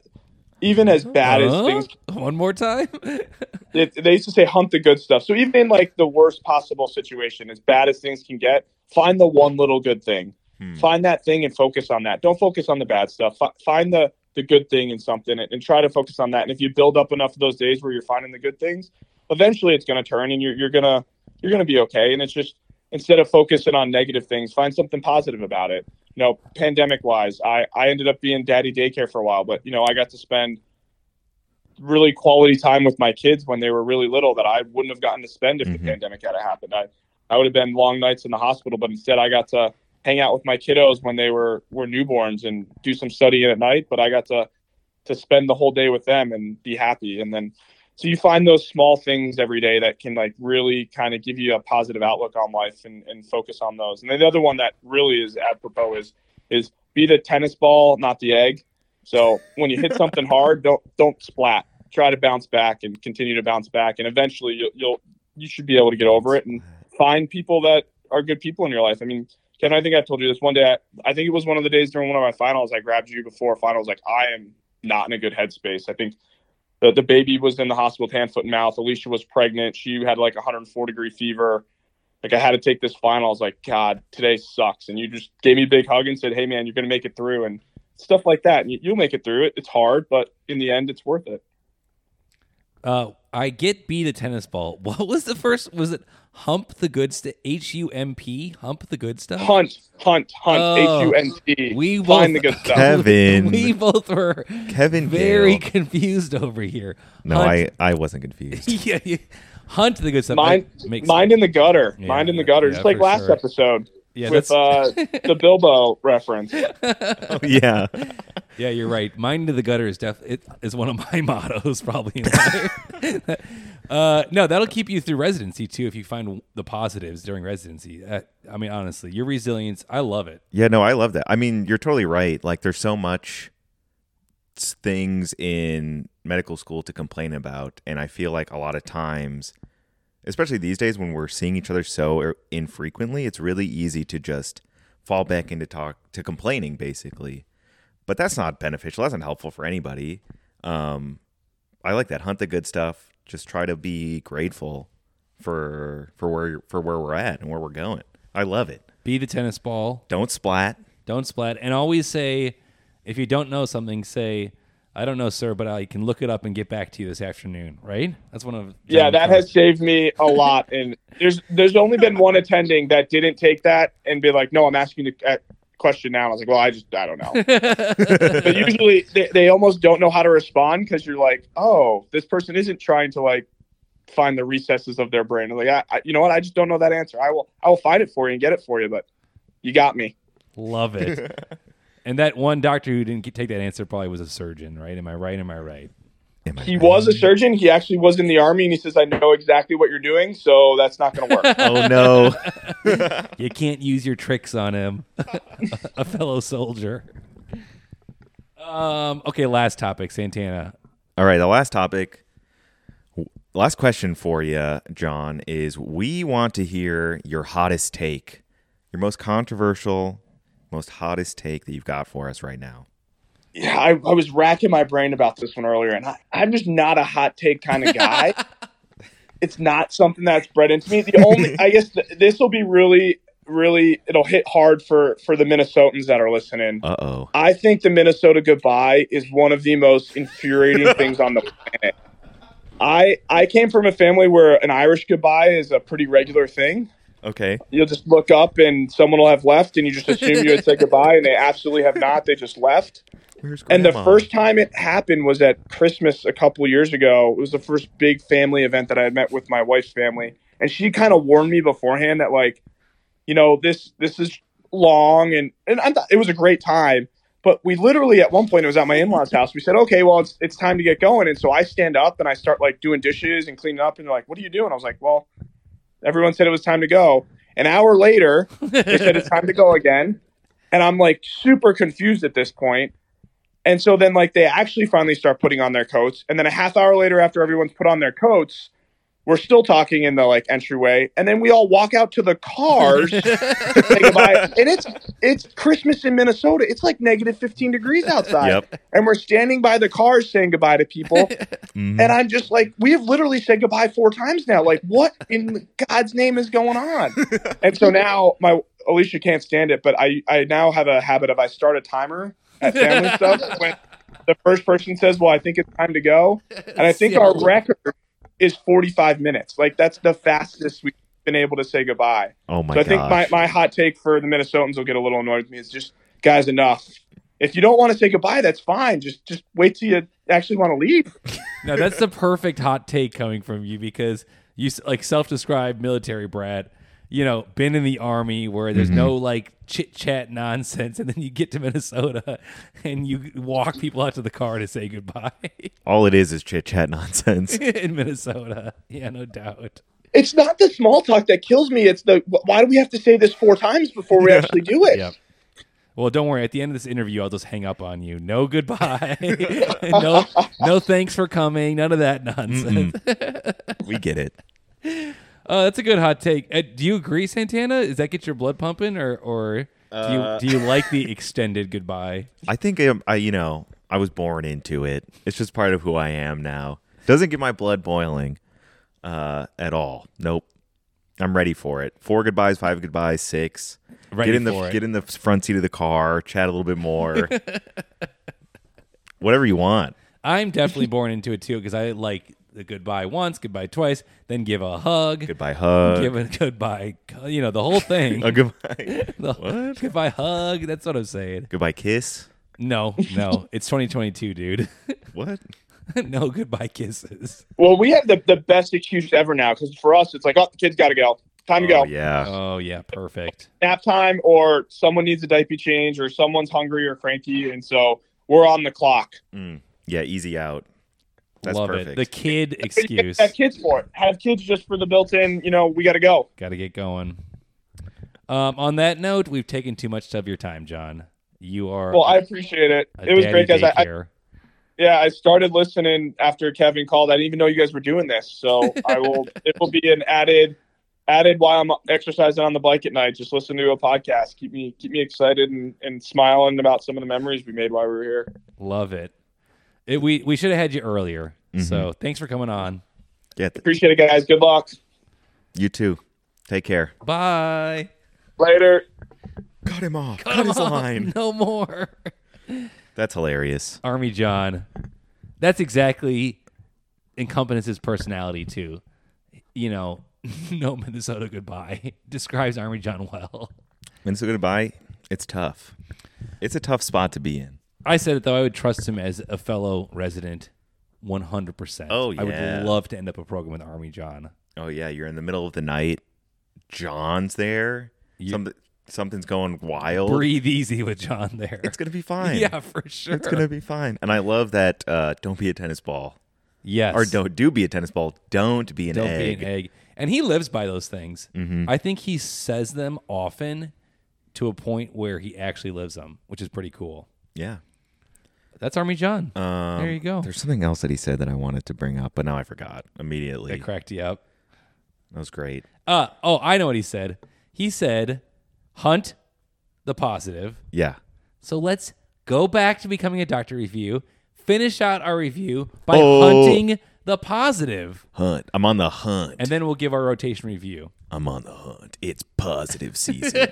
even as Mm-hmm. bad as Huh? things One more time? it, they used to say hunt the good stuff. So even in like the worst possible situation, as bad as things can get, find the one little good thing. Hmm. Find that thing and focus on that. Don't focus on the bad stuff. F- find the the good thing in something and, and try to focus on that. And if you build up enough of those days where you're finding the good things, eventually it's going to turn and you're you're gonna you're gonna be okay. And it's just instead of focusing on negative things, find something positive about it. You know, pandemic wise, I I ended up being daddy daycare for a while, but you know I got to spend really quality time with my kids when they were really little that I wouldn't have gotten to spend if Mhm. the pandemic had happened. I, I would have been long nights in the hospital, but instead I got to hang out with my kiddos when they were were newborns and do some studying at night. But I got to to spend the whole day with them and be happy. And then so you find those small things every day that can like really kind of give you a positive outlook on life and, and focus on those. And then the other one that really is apropos is is be the tennis ball, not the egg. So when you hit something hard, don't don't splat. Try to bounce back and continue to bounce back, and eventually you'll, you'll you should be able to get over it and find people that are good people in your life. I mean, Kevin, I think I told you this one day. I, I think it was one of the days during one of my finals. I grabbed you before finals. Like I am not in a good headspace. I think the, the baby was in the hospital with hand, foot, and mouth. Alicia was pregnant. She had like 104 degree fever. Like I had to take this final. I was like, God, today sucks. And you just gave me a big hug and said, Hey man, you're gonna make it through and stuff like that. And you, you'll make it through it. It's hard, but in the end, it's worth it. Uh, I get beat a tennis ball. What was the first? Was it hump the good stuff? H U M P hump the good stuff. Hunt, hunt, hunt. Oh, H U N T. we find the both- good stuff. Kevin. we both were Kevin very Gale. confused over here. No, Hunt, I, I wasn't confused. yeah, yeah. hunt the good stuff. Mind, That makes mind in the gutter. Yeah, mind in the yeah, gutter. yeah, Just like for last sure. episode Yeah, with uh, that's- the Bilbo reference. Oh, yeah. yeah, you're right. Mind to the gutter is def it is one of my mottos probably in life. uh, no, that'll keep you through residency too if you find the positives during residency. Uh, I mean, honestly, your resilience, I love it. Yeah, no, I love that. I mean, you're totally right. Like, there's so much s- things in medical school to complain about, and I feel like a lot of times, especially these days when we're seeing each other so ir- infrequently, it's really easy to just fall back into talk to complaining, basically. But that's not beneficial. That's not helpful for anybody. Um, I like that. Hunt the good stuff. Just try to be grateful for for where for where we're at and where we're going. I love it. Be the tennis ball. Don't splat. Don't splat. And always say, if you don't know something, say, I don't know, sir, but I can look it up and get back to you this afternoon, right? That's one of yeah, John that Carr's- has saved me a lot. And there's there's only been one attending that didn't take that and be like, no, I'm asking the uh, question now. And I was like, well, I just I don't know. but usually they, they almost don't know how to respond because you're like, oh, this person isn't trying to like find the recesses of their brain. They're Like, I, I, you know what? I just don't know that answer. I will I will find it for you and get it for you. But you got me. Love it. and that one doctor who didn't get- take that answer probably was a surgeon, right? Am I right? Am I right? Am I He right? was a surgeon. He actually was in the army, and he says, "I know exactly what you're doing, so that's not going to work." Oh no. You can't use your tricks on him, a fellow soldier. Um. Okay. Last topic, Santana. All right. The last topic, w- last question for you, John, is we want to hear your hottest take, your most controversial, most hottest take that you've got for us right now. yeah, I, I was racking my brain about this one earlier, and I, I'm just not a hot take kind of guy. it's not something that's bred into me. The only, I guess, th- this will be really, really, it'll hit hard for for the Minnesotans that are listening. Uh oh. I think the Minnesota goodbye is one of the most infuriating things on the planet. I I came from a family where an Irish goodbye is a pretty regular thing. Okay. You'll just look up and someone will have left, and you just assume you had said goodbye, and they absolutely have not. They just left. Where's And the Grandma? first time it happened was at Christmas a couple years ago. It was the first big family event that I had met with my wife's family, and she kind of warned me beforehand that like, you know, this this is long, and and I thought it was a great time. But we literally at one point it was at my in laws' house. We said, okay, well it's it's time to get going, and so I stand up and I start like doing dishes and cleaning up, and they're like, what are you doing? I was like, well, everyone said it was time to go. An hour later, they said it's time to go again. And I'm like super confused at this point. And so then like they actually finally start putting on their coats. And then a half hour later after everyone's put on their coats, we're still talking in the like entryway. And then we all walk out to the cars. to say goodbye. And it's it's Christmas in Minnesota. It's like negative 15 degrees outside. Yep. And we're standing by the cars saying goodbye to people. Mhm. And I'm just like, we have literally said goodbye four times now. Like, what in God's name is going on? and so now my Alicia can't stand it, but I I now have a habit of I start a timer at family stuff when the first person says, "Well, I think it's time to go," and I think our record is 45 minutes. Like that's the fastest we've been able to say goodbye. Oh my so I gosh. think my my hot take for the Minnesotans will get a little annoyed with me. It's just guys enough. If you don't want to say goodbye, that's fine. Just just wait till you actually want to leave. No, that's the perfect hot take coming from you because you s- like self-described military brat. You know, been in the army where there's no like chit chat nonsense, and then you get to Minnesota and you walk people out to the car to say goodbye All it is is chit chat nonsense. in Minnesota. Yeah, no doubt. it's not the small talk that kills me. It's the wh- why do we have to say this four times before we actually do it? Yep. Well, don't worry. At the end of this interview, I'll just hang up on you. No goodbye. no, no thanks for coming. None of that nonsense. we get it. Uh, that's a good hot take. Uh, do you agree, Santana? Does that get your blood pumping, or or do you do you like Uh. the extended goodbye? I think I, I, you know, I was born into it. It's just part of who I am now. Doesn't get my blood boiling uh, at all. Nope. I'm ready for it. Four goodbyes, five goodbyes, six. Ready get in the for it. get in the front seat of the car, chat a little bit more. Whatever you want. I'm definitely born into it too because I like the goodbye once, goodbye twice, then give a hug, Goodbye hug. give a goodbye, you know, the whole thing. a goodbye. The- Goodbye hug. That's what I'm saying. goodbye kiss. No, no, it's 2022, dude. What? no goodbye kisses. Well, we have the, the best excuse ever now because for us, it's like, oh, the kid's got to go. Time to Oh, go. yeah. Oh yeah, perfect. Nap time, or someone needs a diaper change, or someone's hungry or cranky. And so we're on the clock. Mm. Yeah, easy out. That's Love perfect. it. The kid excuse. Have kids for it. Have kids just for the built in, you know, we got to go. Got to get going. Um, on that note, we've taken too much of your time, John. You are Well, I appreciate it. a It was daddy great, guys. I, I, daycare. yeah, I started listening after Kevin called. I didn't even know you guys were doing this. So I will, it will be an added, added while I'm exercising on the bike at night. Just listen to a podcast. Keep me, keep me excited and, and smiling about some of the memories we made while we were here. Love it. it we we should have had you earlier. Mm-hmm. So thanks for coming on. yeah, th- Appreciate it, guys. Good luck. you too. Take care. Bye. Later. Cut him off. Cut, his line. No more. That's hilarious. Army John. That's exactly encompasses his personality too. You know, no Minnesota goodbye describes Army John well. Minnesota goodbye. It's tough. It's a tough spot to be in. I said it though. I would trust him as a fellow resident, one hundred percent. Oh, I yeah. would love to end up a program with Army John. Oh yeah, you're in the middle of the night. John's there. Some- something's going wild. Breathe easy with John there. Oh. It's gonna be fine. yeah, for sure. It's gonna be fine. And I love that. Uh, don't be a tennis ball, yes, or don't do be a tennis ball. Don't be an don't egg. Mm-hmm. be an egg. And he lives by those things. I think he says them often to a point where he actually lives them, which is pretty cool. Yeah. That's Army John. there you go. Um, There's something else that he said that I wanted to bring up, but now I forgot immediately. That cracked you up. That was great. Uh, oh, I know what he said. He said, "Hunt the positive." Yeah. So let's go back to becoming a doctor review, finish out our review by Oh. hunting the positive, Hunt. I'm on the hunt. and then we'll give our rotation review. I'm on the hunt. It's positive season.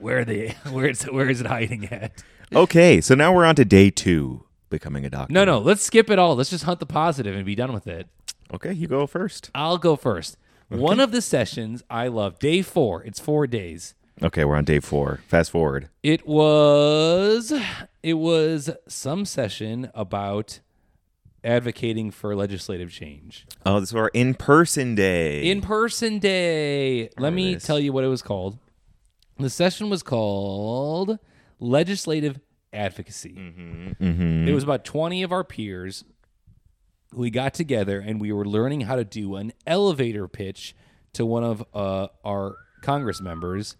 Where are they? Where is where is it hiding at? okay, so now we're on to day two, becoming a doctor. No, no. Let's skip it all. Let's just hunt the positive and be done with it. Okay, you go first. I'll go first. One of the sessions I love. Day four. It's four days. Okay, we're on day four. Fast forward. It was it was some session about advocating for legislative change. Oh, this is our in person day. In person day. Let me this. tell you what it was called. The session was called Legislative Advocacy. Mm-hmm. It was about 20 of our peers. We got together and we were learning how to do an elevator pitch to one of uh, our Congress members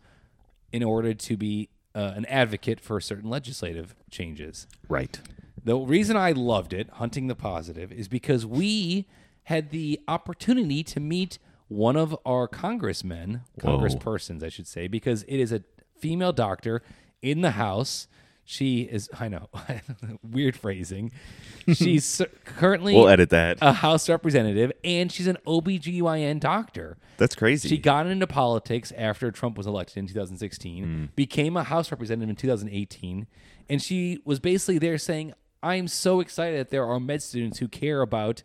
in order to be uh, an advocate for certain legislative changes. right. The reason I loved it, Hunting the Positive, is because we had the opportunity to meet one of our congressmen, congresspersons, I should say, because it is a female doctor in the House. She is, I know, weird phrasing. She's cer- currently We'll edit that. a House representative and she's an OBGYN doctor. That's crazy. She got into politics after Trump was elected in 2016, Mm. became a House representative in 2018, and she was basically there saying, "I'm so excited that there are med students who care about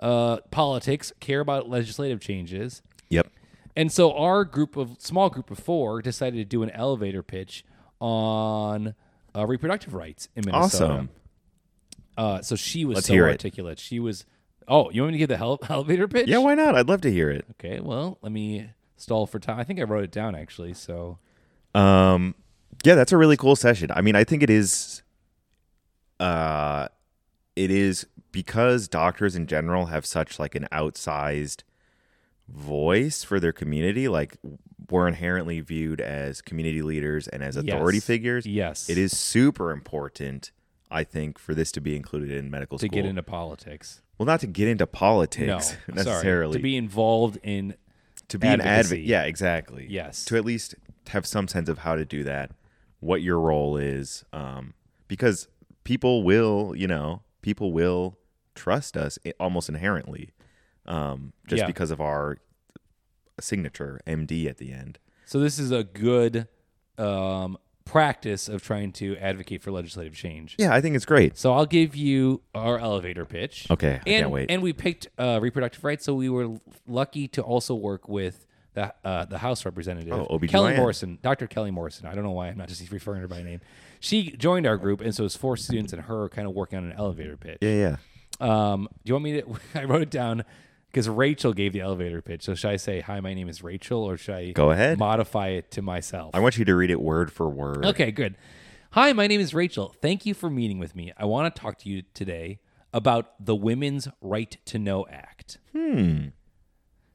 uh, politics, care about legislative changes." yep. And so our group of small group of four decided to do an elevator pitch on uh, reproductive rights in Minnesota. Awesome. Uh, so she was Let's so hear it. articulate. She was. Oh, you want me to give the hel- elevator pitch? Yeah, why not? I'd love to hear it. Okay, well, let me stall for time. I think I wrote it down actually. So Um, yeah, that's a really cool session. I mean, I think it is. Uh, it is because doctors in general have such like an outsized voice for their community. Like we're inherently viewed as community leaders and as authority Yes. figures. yes, It is super important, I think, for this to be included in medical to school. get into politics. well, not to get into No, politics sorry, necessarily. to be involved in to be Advocacy. an advocate. Yeah, exactly. Yes. To at least have some sense of how to do that, what your role is, um, because people will, you know, people will trust us i- almost inherently, um, just Yeah. because of our signature MD at the end. So this is a good um, practice of trying to advocate for legislative change. Yeah, I think it's great. So I'll give you our elevator pitch. Okay, I and, can't wait. And we picked uh, reproductive rights, so we were l- lucky to also work with the uh, the House representative, Oh, OBGYN. Kelly Morrison, Dr. Kelly Morrison. I don't know why I'm not just referring to her by name. She joined our group, and so it's four students and her kind of working on an elevator pitch. Yeah, yeah. Um, do you want me to? I wrote it down because Rachel gave the elevator pitch. So should I say, "Hi, my name is Rachel," or should I Go ahead. modify it to myself? I want you to read it word for word. Okay, good. Hi, my name is Rachel. Thank you for meeting with me. I want to talk to you today about the Women's Right to Know Act. Hmm.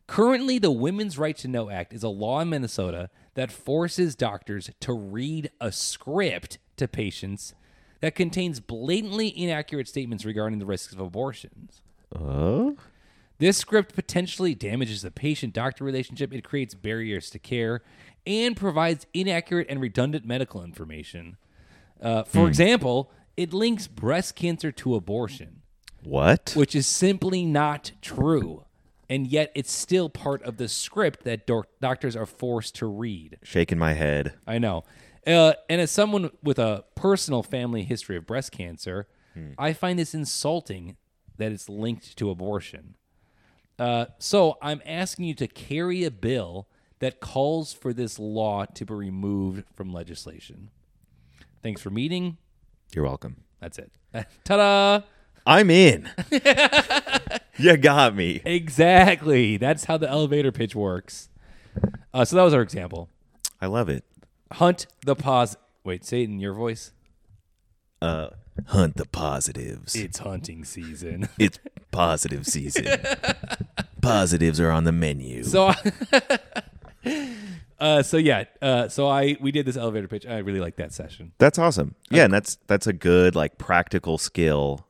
Currently, the Women's Right to Know Act is a law in Minnesota that forces doctors to read a script to patients that contains blatantly inaccurate statements regarding the risks of abortions. Oh, This script potentially damages the patient doctor relationship, it creates barriers to care, and provides inaccurate and redundant medical information. Uh, for example, it links breast cancer to abortion, what? which is simply not true. And yet, it's still part of the script that doc- doctors are forced to read. Shaking my head. I know. Uh, and as someone with a personal family history of breast cancer, I find this insulting that it's linked to abortion. Uh, so I'm asking you to carry a bill that calls for this law to be removed from legislation. Thanks for meeting. You're welcome. That's it. Ta da! I'm in. you got me. Exactly. That's how the elevator pitch works. Uh, so that was our example. I love it. Hunt the pause. Wait, say it in your voice. Uh, hunt the positives. It's hunting season. it's positive season. positives are on the menu. So, uh, so yeah, uh, so I we did this elevator pitch. I really like that session. that's awesome. Yeah, and that's that's a good like practical skill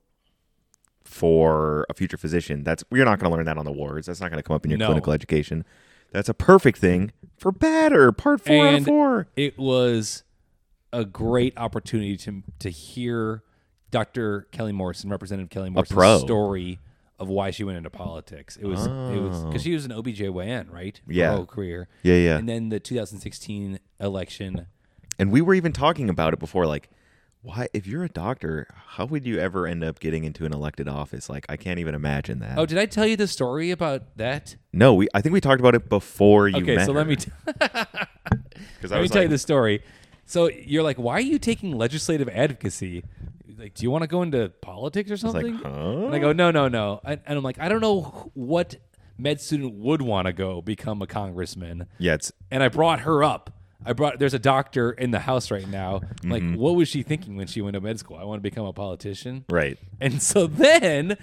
for a future physician. That's you're not going to learn that on the wards. That's not going to come up in your No. clinical education. That's a perfect thing for batter part four out And- of four. It was a great opportunity to to hear Dr. Kelly Morrison, Representative Kelly pro. Morrison's story of why she went into politics. It was it was because she was an OBGYN, right? For Oh. Yeah. her whole career. Yeah, yeah. And then the 2016 election. And we were even talking about it before, like, why if you're a doctor, how would you ever end up getting into an elected office? Like, I can't even imagine that. Oh, did I tell you the story about that? no, we I think we talked about it before you okay, met so let me. T- because Let me tell you the story. So you're like, why are you taking legislative advocacy? Like, do you want to go into politics or like, something? huh? And I go, no, no, no. I, and I'm like, I don't know wh- what med student would want to go become a congressman. Yeah, it's And I brought her up. I brought there's a doctor in the house right now. I'm Mm-hmm. Like, what was she thinking when she went to med school? I want to become a politician. right. And so then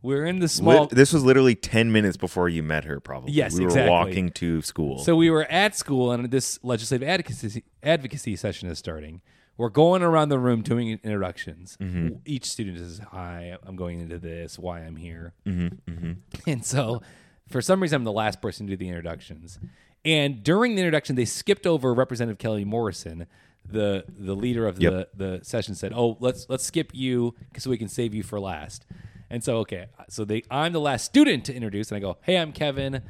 we're in the Lit- small. this was literally ten minutes before you met her. Probably Yes, We were exactly. walking to school. So we were at school, and this legislative advocacy advocacy session is starting. We're going around the room doing introductions. Mm-hmm. Each student says, "Hi, I'm going into this. Why I'm here." Mm-hmm, And so, for some reason, I'm the last person to do the introductions. And during the introduction, they skipped over Representative Kelly Morrison, the the leader of Yep. the the session. Said, "Oh, let's let's skip you so we can save you for last." And so, okay, so they I'm the last student to introduce, and I go, "Hey, I'm Kevin."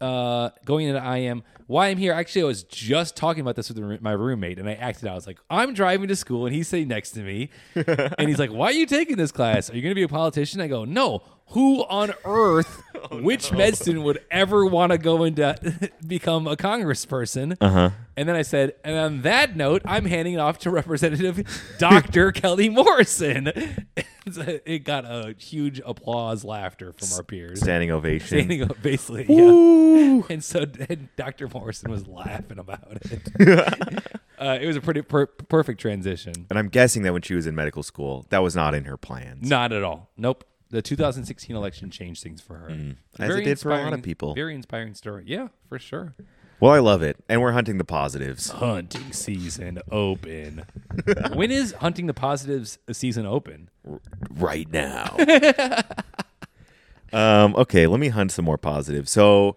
Uh, going into I am why I'm here. Actually, I was just talking about this with the- my roommate, and I acted out. I was like, "I'm driving to school," and he's sitting next to me, and he's like, "Why are you taking this class? Are you going to be a politician?" I go, "No, who on earth, which med student would ever want to go into become a congressperson? Uh-huh. And then I said, and on that note, I'm handing it off to Representative Dr. Kelly Morrison. So it got a huge applause, laughter from our peers. standing ovation. Standing up, basically. Yeah. And so and Dr. Morrison was laughing about it. uh, it was a pretty per- perfect transition. and I'm guessing that when she was in medical school, that was not in her plans. Not at all. Nope. The 2016 election changed things for her. Mm. As it did for a lot of people. Very inspiring story. Yeah, for sure. Well, I love it, and we're hunting the positives. Hunting season open. when is Hunting the Positives season open? right now. um, okay, let me hunt some more positive. So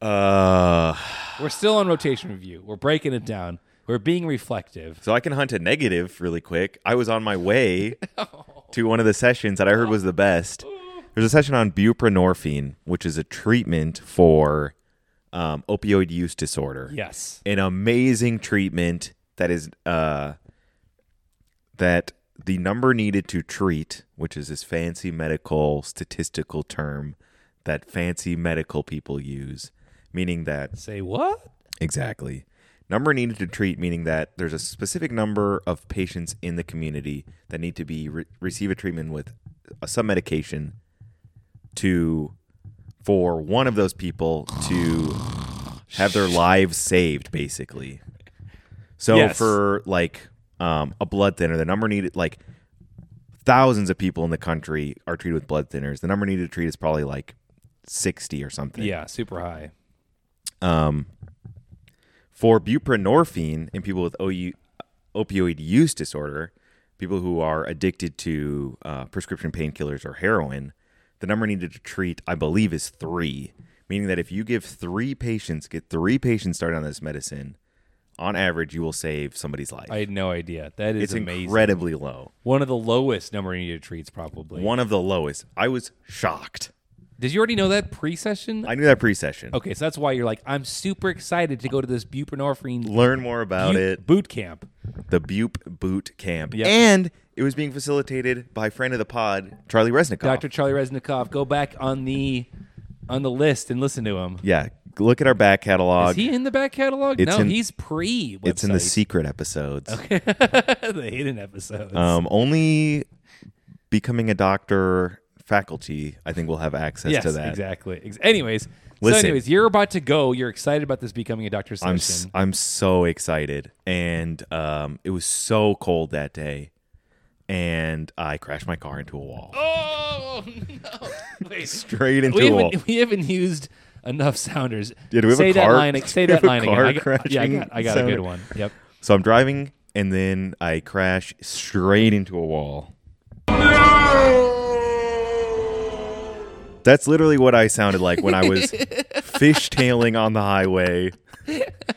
Uh, We're still on rotation review. We're breaking it down. We're being reflective. so I can hunt a negative really quick. I was on my way to one of the sessions that I heard was the best. There's a session on buprenorphine, which is a treatment for um, opioid use disorder. Yes. an amazing treatment that is uh that the number needed to treat, which is this fancy medical statistical term that fancy medical people use, meaning that Say what? Exactly. Number needed to treat, meaning that there's a specific number of patients in the community that need to be re- receive a treatment with a, some medication to for one of those people to have their lives saved, basically. So Yes. for like um, a blood thinner, the number needed like thousands of people in the country are treated with blood thinners. The number needed to treat is probably like sixty or something. Yeah, super high. um, for buprenorphine in people with OU, opioid use disorder, people who are addicted to uh, prescription painkillers or heroin, the number needed to treat, I believe, is three. Meaning that if you give three patients, get three patients started on this medicine, on average, you will save somebody's life. I had no idea. That is it's amazing. incredibly low. One of the lowest number needed treats, probably. One of the lowest. I was shocked. Did you already know that pre-session? I knew that pre session. okay, so that's why you're like, I'm super excited to go to this buprenorphine Learn more about bu- it. boot camp. the Bupe Boot Camp. Yep. And it was being facilitated by friend of the pod, Charlie Resnick. Dr. Charlie Reznikov, go back on the on the list and listen to him. Yeah, look at our back catalog. Is he in the back catalog? It's no, in- he's pre. it's in the secret episodes. the hidden episodes. Um, only becoming a doctor faculty, I think, will have access yes, to that. exactly. Ex- anyways, so Listen. anyways, you're about to go. You're excited about this becoming a doctor I'm s- session. I'm so excited, and um, it was so cold that day, and I crashed my car into a wall, oh no! Wait, straight into we a wall. haven't, we haven't used enough sounders. Yeah, do we have a say car- that line. Say do we that have a line again. car I got, yeah, I crashing got, I got a sounder? good one. Yep. So I'm driving, and then I crash straight into a wall. That's literally what I sounded like when I was fishtailing on the highway.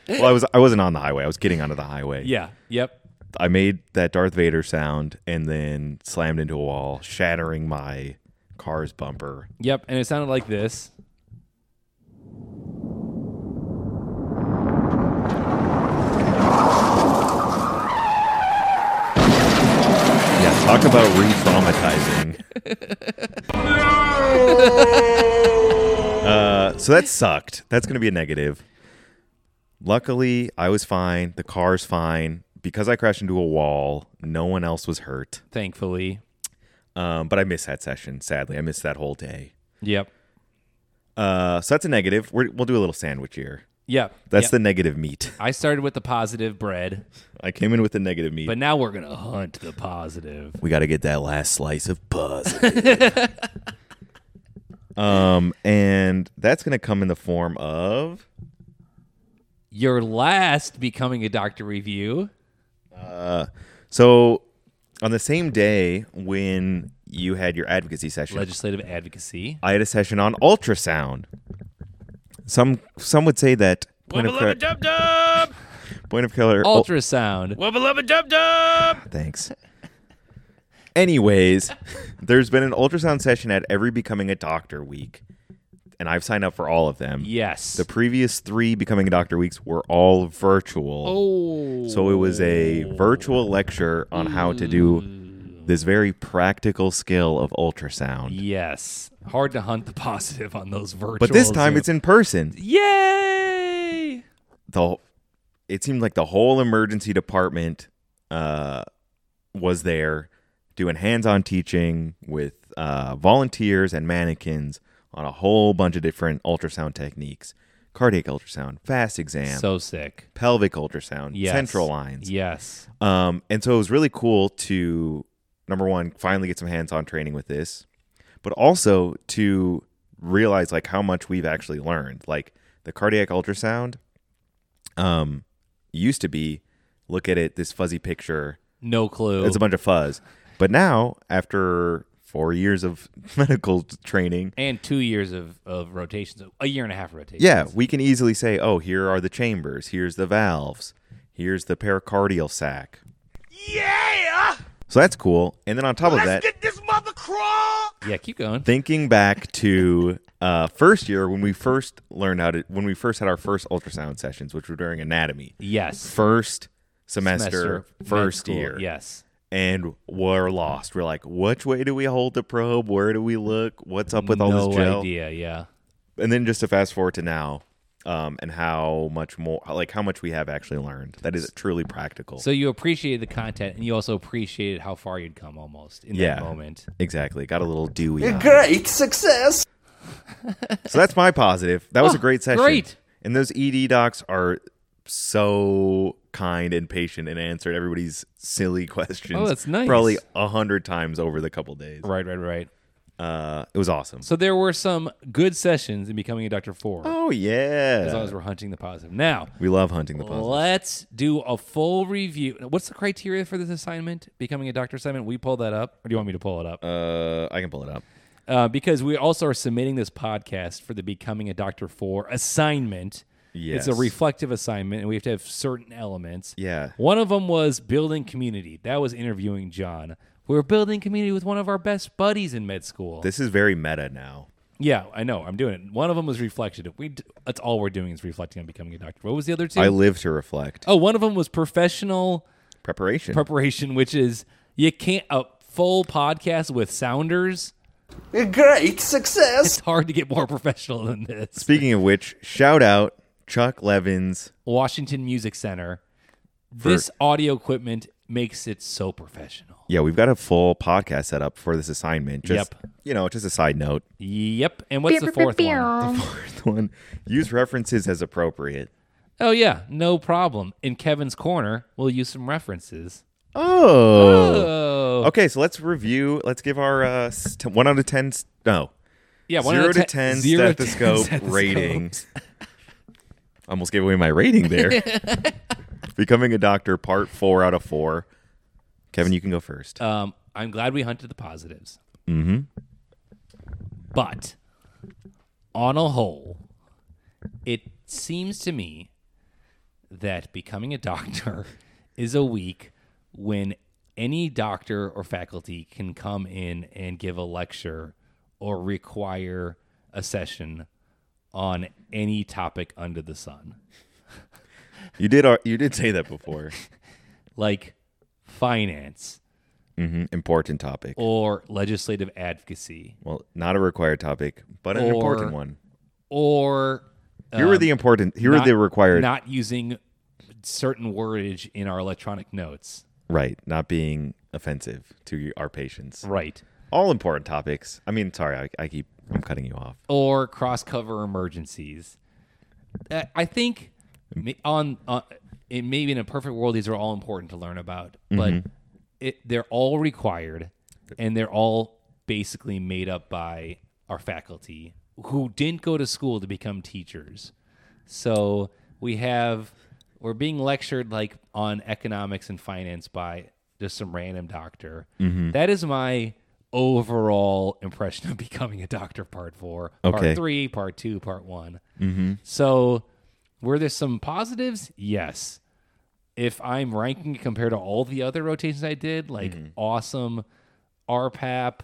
Well, I was I wasn't on the highway. I was getting onto the highway. Yeah. Yep. I made that Darth Vader sound and then slammed into a wall, shattering my car's bumper. Yep. And it sounded like this. Yeah, talk about re-traumatizing. uh, so that sucked. That's going to be a negative. Luckily, I was fine. The car's fine because I crashed into a wall. No one else was hurt. Thankfully. Um, but I missed that session. Sadly, I missed that whole day. Yep. Uh, so that's a negative. We're, we'll do a little sandwich here. Yep. That's yep. the negative meat. I started with the positive bread, I came in with the negative meat. but now we're gonna hunt the positive. we got to get that last slice of positive. um, and that's gonna come in the form of Your last becoming a doctor review. so on the same day when you had your advocacy session, legislative advocacy. I had a session on ultrasound. Some some would say that point of color, point of color ul- Ultrasound. Thanks. Anyways, there's been an ultrasound session at every Becoming a Doctor week, and I've signed up for all of them. Yes. The previous three Becoming a Doctor weeks were all virtual. oh. So it was a virtual lecture on how to Mm. do this very practical skill of ultrasound. Yes. Hard to hunt the positive on those virtual. But this time Zoom- it's in person. Yay! The it seemed like the whole emergency department uh, was there doing hands-on teaching with uh, volunteers and mannequins on a whole bunch of different ultrasound techniques. Cardiac ultrasound, fast exam, So sick. pelvic ultrasound, Yes. central lines. Yes. Um, and so it was really cool to number one, finally get some hands-on training with this, but also to realize like how much we've actually learned. Like the cardiac ultrasound, um, used to be look at it this fuzzy picture. No clue. It's a bunch of fuzz, but now after four years of medical training. and two years of of rotations, a year and a half of rotations. Yeah, we can easily say, oh, here are the chambers, here's the valves, here's the pericardial sac. Yeah. So that's cool. And then on top of that, yeah. Keep going. thinking back to uh, first year when we first learned how to, when we first had our first ultrasound sessions, which were during anatomy, yes. first semester, med first school, year Yes. and we're lost. We're like, which way do we hold the probe? Where do we look? What's up with all no this gel? idea. Yeah. And then just to fast forward to now, um, and how much more, like how much we have actually learned. That is truly practical. So you appreciated the content, and you also appreciated how far you'd come almost in Yeah. that moment. exactly. Got a little dewy. on it. Great success. So that's my positive. That was a great session. great. And those ED docs are so kind and patient and answered everybody's silly questions. Oh, that's nice. Probably a hundred times over the couple days. Right. Right. Right. Uh, it was awesome. So there were some good sessions in becoming a doctor four, Oh as long yeah. as we're hunting the positive. Now We love hunting the puzzle. Let's do a full review. What's the criteria for this assignment? Becoming a doctor assignment? We pull that up, or do you want me to pull it up? Uh, I can pull it up. Uh, because we also are submitting this podcast for the Becoming a Doctor for assignment. Yes. It's a reflective assignment, and we have to have certain elements. Yeah. One of them was building community. That was interviewing John. We were building community with one of our best buddies in med school. This is very meta now. yeah, I know. I'm doing it. One of them was reflection. We d- that's all we're doing is reflecting on becoming a doctor. What was the other two? I live to reflect. oh, one of them was professional Preparation. preparation, which is you can't a full podcast with sounders. Great success. It's hard to get more professional than this. Speaking of which, shout out Chuck Levins. Washington Music Center. This audio equipment makes it so professional. Yeah, we've got a full podcast set up for this assignment. Just, Yep. You know, just a side note. Yep. And what's the fourth one? Fourth one, use references as appropriate. Oh yeah, no problem. In Kevin's corner, we'll use some references. Oh. Oh Okay, so let's review. Let's give our uh, s- t- one out of ten. s- No, yeah, one zero out of to ten zero to 10 stethoscope stethoscopes. rating. Almost gave away my rating there. Becoming a doctor, part four out of four. Kevin, you can go first. Um, I'm glad we hunted the positives. Mm-hmm. But on a whole, it seems to me that becoming a doctor is a week when any doctor or faculty can come in and give a lecture or require a session on any topic under the sun. you did. Ar- you did say that before. Like finance hmm Important topic. or legislative advocacy Well, not a required topic, but an important Or- one. or Here were the important. Here were not- the required. not using certain wordage in our electronic notes. right, not being offensive to your, our patients. Right. All important topics. I mean, sorry, I, I keep. I'm cutting you off. Or cross cover emergencies. Uh, I think ma- on uh, it, maybe in a perfect world these are all important to learn about, but Mm-hmm. it, they're all required and they're all basically made up by our faculty who didn't go to school to become teachers. So we have we're being lectured like on economics and finance by just some random doctor. That is my overall impression of becoming a doctor part four, Okay. part three, part two, part one. So were there some positives? Yes. If I'm ranking it compared to all the other rotations I did, like Mm-hmm. awesome RPAP,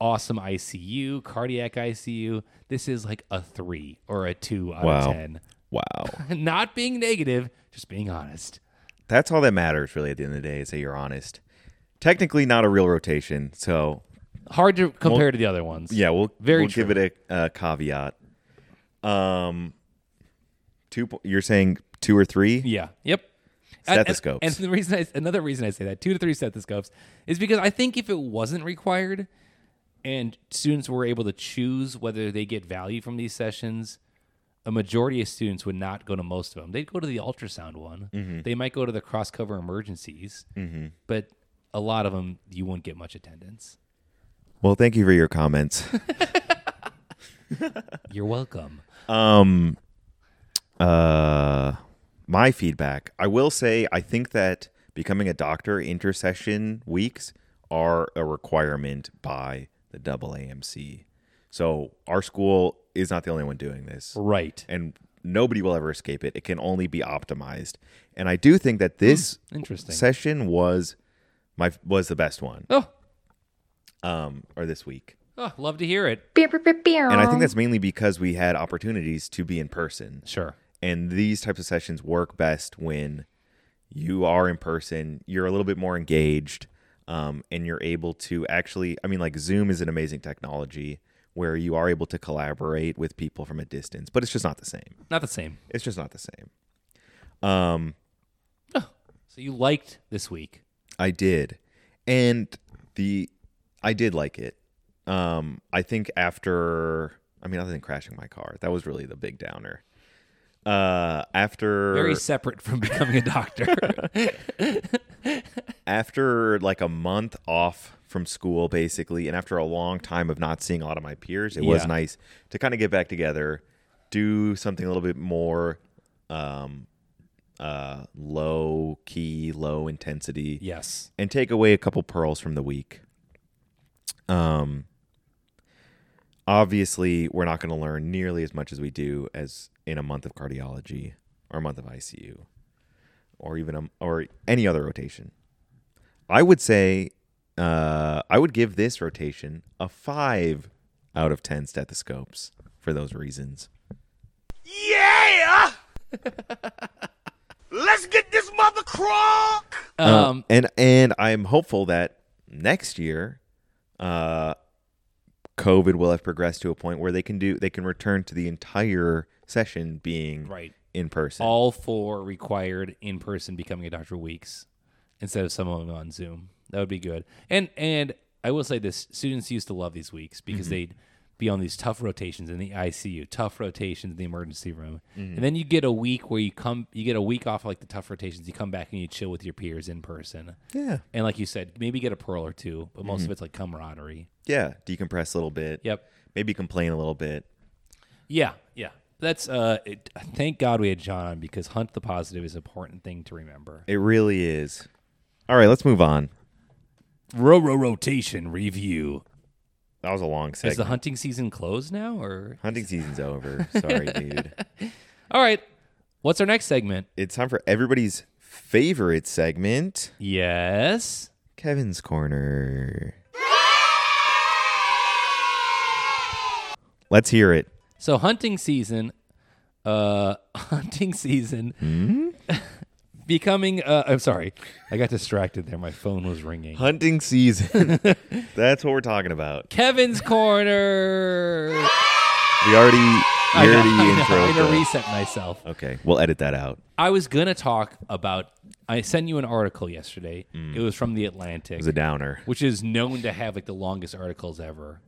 awesome ICU, cardiac ICU, this is like a three or a two out Wow. of 10 Wow, not being negative, just being honest. that's all that matters really. At the end of the day, is that you're honest. Technically, not a real rotation. So Hard to compare to the other ones. yeah, we'll Very we'll give it a, a caveat. Um, two. po- You're saying two or three? Yeah. Yep. And- and- Stethoscopes. And, the reason I, another reason I say that two to three stethoscopes is because I think if it wasn't required, and students were able to choose whether they get value from these sessions, a majority of students would not go to most of them. They'd go to the ultrasound one. They might go to the cross cover emergencies, but a lot of them you wouldn't get much attendance. Well, thank you for your comments. You're welcome. um uh my feedback i will say i think that becoming a doctor intercession weeks are a requirement by the AAMC. So our school is not the only one doing this Right. and nobody will ever escape it. It can only be optimized. And I do think that this Hmm. Interesting. session was my was the best one oh, um or this week. oh, love to hear it. And I think that's mainly because we had opportunities to be in person. Sure. And these types of sessions work best when you are in person, you're a little bit more engaged, um, and you're able to actually, I mean, like Zoom is an amazing technology where you are able to collaborate with people from a distance, but it's just not the same. Not the same. It's just not the same. Um, So you liked this week. I did, and the I did like it. Um, I think after I mean, other than crashing my car, that was really the big downer. Uh, after Very separate from becoming a doctor. after like a month off from school, basically, and after a long time of not seeing a lot of my peers, it was Yeah. nice to kind of get back together, do something a little bit more um, uh, low key, low intensity. yes. and take away a couple pearls from the week. Um, obviously, we're not going to learn nearly as much as we do as in a month of cardiology or a month of ICU or even a, or any other rotation. I would say uh, I would give this rotation a five out of ten stethoscopes for those reasons. Um, Um, and and I'm hopeful that next year, uh, COVID will have progressed to a point where they can do they can return to the entire session being right. in person. All four required in person becoming a doctor weeks instead of some of them on Zoom. That would be good. And and I will say this: students used to love these weeks because they'd be on these tough rotations in the ICU, tough rotations in the emergency room, and then you get a week where you come, you get a week off like the tough rotations. You come back and you chill with your peers in person. yeah, And like you said, maybe get a pearl or two, but most of it's like camaraderie. yeah. Decompress a little bit. Yep. Maybe complain a little bit. Yeah, yeah. That's uh. It, thank God we had John on because hunt the positive is an important thing to remember. It really is. All right, let's move on. Ro ro rotation review. That was a long Is the segment. hunting season closed now, or Hunting season's over. Sorry, dude. all right? What's our next segment? It's time for everybody's favorite segment, Yes. Kevin's Corner. Let's hear it. So hunting season, uh, hunting season, Hmm? becoming. Uh, I'm sorry, I got distracted there. My phone was ringing. Hunting season. That's what we're talking about. Kevin's corner. We already, I we know, already I know, I'm introed gonna that. reset myself. okay, we'll edit that out. I was gonna talk about. I sent you an article yesterday. It was from the Atlantic, It was a downer. which is known to have like the longest articles ever.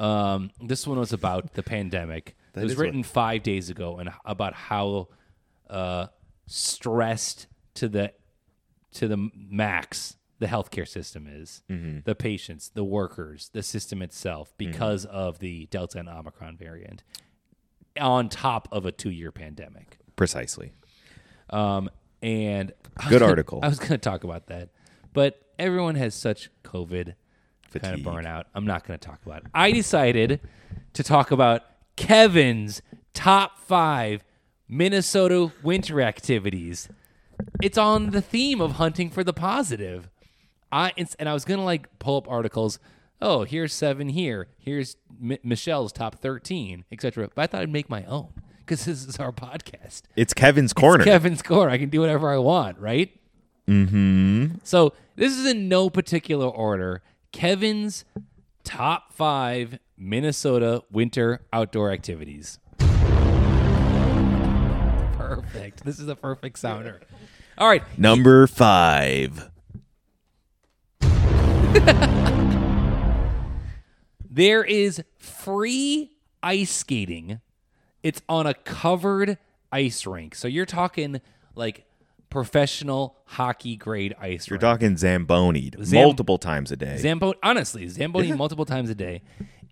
Um, this one was about the pandemic. it was is written five days ago, and h- about how uh, stressed to the to the max the healthcare system is, Mm-hmm. the patients, the workers, the system itself, because of the Delta and Omicron variant, on top of a two year pandemic. Precisely. Um, and Good article. I was going to talk about that, but everyone has such COVID kind of Fatigue. burnout. I'm not going to talk about it. I decided to talk about Kevin's top five Minnesota winter activities. It's on the theme of hunting for the positive. I it's- and I was gonna like pull up articles. Oh, here's seven here. Here's M- Michelle's top thirteen, etc. But I thought I'd make my own because this is our podcast. It's Kevin's Corner. Kevin's corner. I can do whatever I want, right? Mm-hmm. So this is in no particular order. Kevin's top five Minnesota winter outdoor activities. Perfect. This is a perfect sounder. All right. Number five. There is free ice skating. It's on a covered ice rink. So you're talking like professional hockey grade ice You're rink. talking Zamboni Zam- multiple times a day. Zamboni, honestly, Zamboni multiple times a day.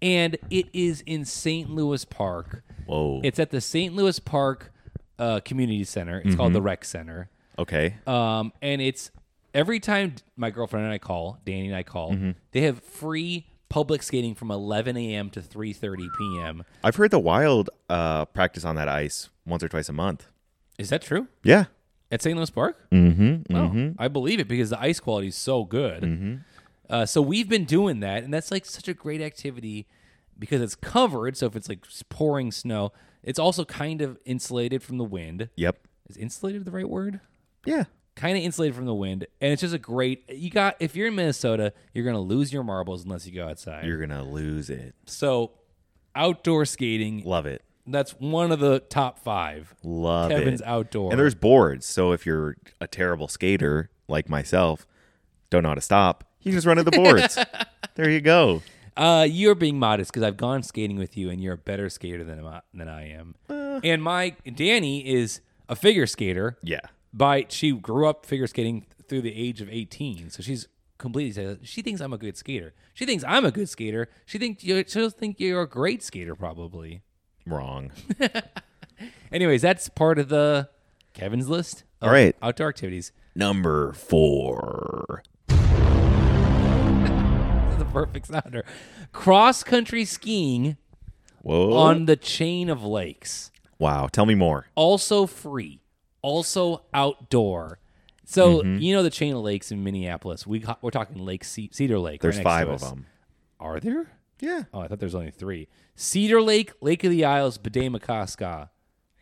And it is in St. Louis Park. Whoa. It's at the St. Louis Park uh, Community Center. It's called the Rec Center. okay. Um, and it's every time my girlfriend and I call, Danny and I call, they have free public skating from 11 a.m. to 3:30 p.m. I've heard the Wild uh, practice on that ice once or twice a month. Is that true? Yeah. At St. Louis Park? Mm-hmm. Oh, I believe it because the ice quality is so good. Uh, so we've been doing that, and that's like such a great activity because it's covered. So if it's like s- pouring snow, it's also kind of insulated from the wind. Yep. Is insulated the right word? Yeah. Kind of insulated from the wind, and it's just a great. You got if you're in Minnesota, you're gonna lose your marbles unless you go outside. You're gonna lose it. so outdoor skating. Love it. That's one of the top five. Love it. Kevin's outdoor. And there's boards. So if you're a terrible skater like myself, don't know how to stop, you just run to the boards. there you go. Uh, you're being modest because I've gone skating with you, and you're a better skater than I- than I am. and my Danny is a figure skater. Yeah. By she grew up figure skating through the age of 18, so she's completely. She thinks I'm a good skater. She thinks I'm a good skater. She thinks you. She'll think you're a great skater probably. Wrong. Anyways, that's part of the Kevin's list. of All right. outdoor activities. Number four. This is the perfect sounder. Cross country skiing Whoa. on the chain of lakes. wow. Tell me more. also free, also outdoor. So Mm-hmm. you know the chain of lakes in Minneapolis. We ca- we're talking Lake Ce- Cedar Lake. right There's next five to of us. them. Are there? Yeah. Oh, I thought there's only three. Cedar Lake, Lake of the Isles, Bedemakoska.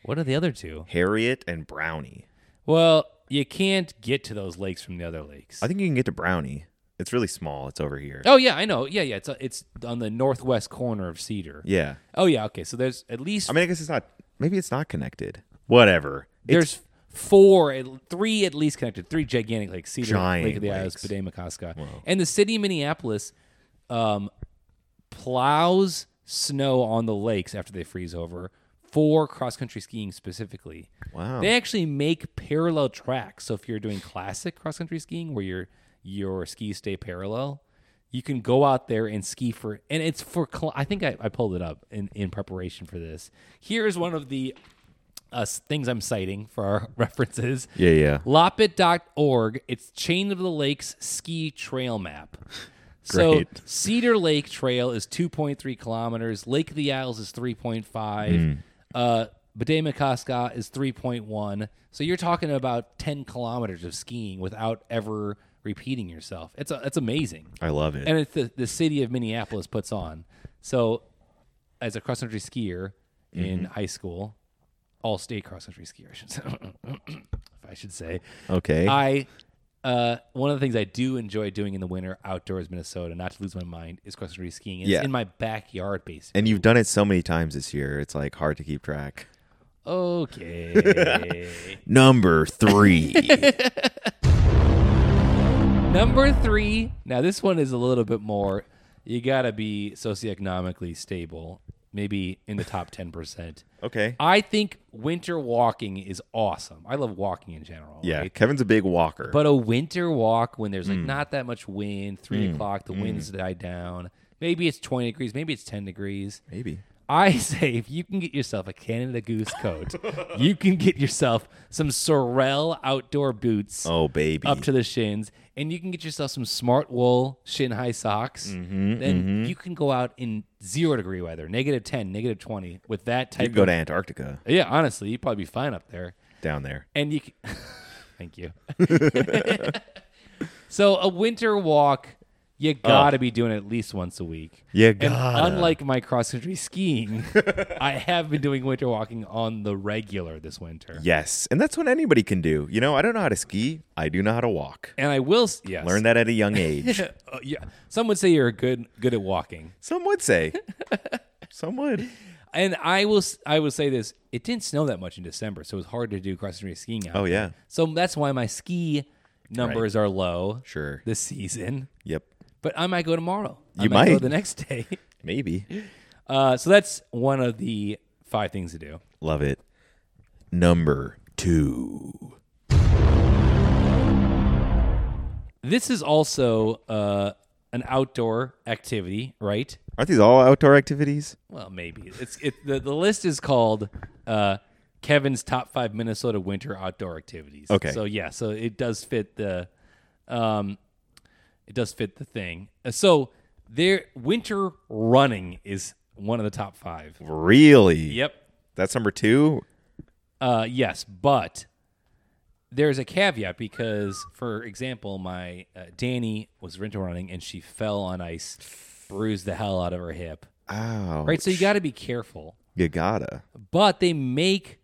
What are the other two? Harriet and Brownie. Well, you can't get to those lakes from the other lakes. I think you can get to Brownie. It's really small. It's over here. oh yeah, I know. Yeah, yeah. It's it's on the northwest corner of Cedar. Yeah. Oh yeah. Okay. So there's at least I mean, I guess it's not. Maybe it's not connected. Whatever. It's- there's four, at- three at least connected, three gigantic lakes, Cedar Giant Lake of the Isles, lakes. Bedemakoska, and the city of Minneapolis um, plows snow on the lakes after they freeze over for cross country skiing specifically. wow. They actually make parallel tracks. So if you're doing classic cross country skiing where your your skis stay parallel, you can go out there and ski for and it's for cl- I think I, I pulled it up in, in preparation for this. Here is one of the uh, s- things I'm citing for our references. Yeah, yeah. Lopit.org. It's Chain of the Lakes Ski Trail Map. So Great. Cedar Lake Trail is 2.3 kilometers. Lake of the Isles is 3.5. Mm, Uh, Bedemakoska is 3.1. So you're talking about 10 kilometers of skiing without ever repeating yourself. It's a, it's amazing I love it. and it's the, the city of Minneapolis puts on. So, as a cross country skier in high school, all state cross country skier, I should say. if I should say, okay. I uh, one of the things I do enjoy doing in the winter outdoors, Minnesota, not to lose my mind, is cross country skiing. It's Yeah. in my backyard, basically. and you've done it so many times this year. It's like hard to keep track. Okay. Number three. Number three. Now this one is a little bit more. You gotta be socioeconomically stable, maybe in the top ten percent. okay. I think winter walking is awesome. I love walking in general. Yeah. right? Kevin's a big walker. But a winter walk when there's like not that much wind, three o'clock, the wind's died down. Maybe it's 20 degrees, maybe it's 10 degrees. Maybe. I say if you can get yourself a Canada Goose coat, you can get yourself some Sorel outdoor boots Oh, baby. up to the shins, and you can get yourself some smart wool shin high socks. Mm-hmm. then you can go out in zero degree weather, negative 10, negative 20, with that type You'd go of to Antarctica yeah, honestly, you'd probably be fine up there. down there. And you, c- thank you. so a winter walk, you gotta be doing it at least once a week. You And Oh. gotta. unlike my cross country skiing, I have been doing winter walking on the regular this winter. Yes. And that's what anybody can do. You know, I don't know how to ski. I do know how to walk. And I will s- yes. Learned that at a young age. Uh, yeah, some would say you're good good at walking, Some would say. Some would. and I will s- I will say this: it didn't snow that much in December, so it was hard to do cross country skiing. Out Oh, there. yeah. so that's why my ski numbers are low. Sure. this season. Yep. but I might go tomorrow. I You go might. the next day. Maybe. Uh, so that's one of the five things to do. Love it. Number two. This is also uh, an outdoor activity, right? Aren't these all outdoor activities? Well, maybe it's it, the the list is called uh, Kevin's top five Minnesota winter outdoor activities. Okay. so yeah, so it does fit the Um, it does fit the thing. Uh, So their winter running is one of the top five. Really? Yep. That's number two. Uh, yes, but there's a caveat because, for example, my uh, Danny was winter running and she fell on ice, bruised the hell out of her hip. Oh, Right, so you got to be careful. you gotta. but they make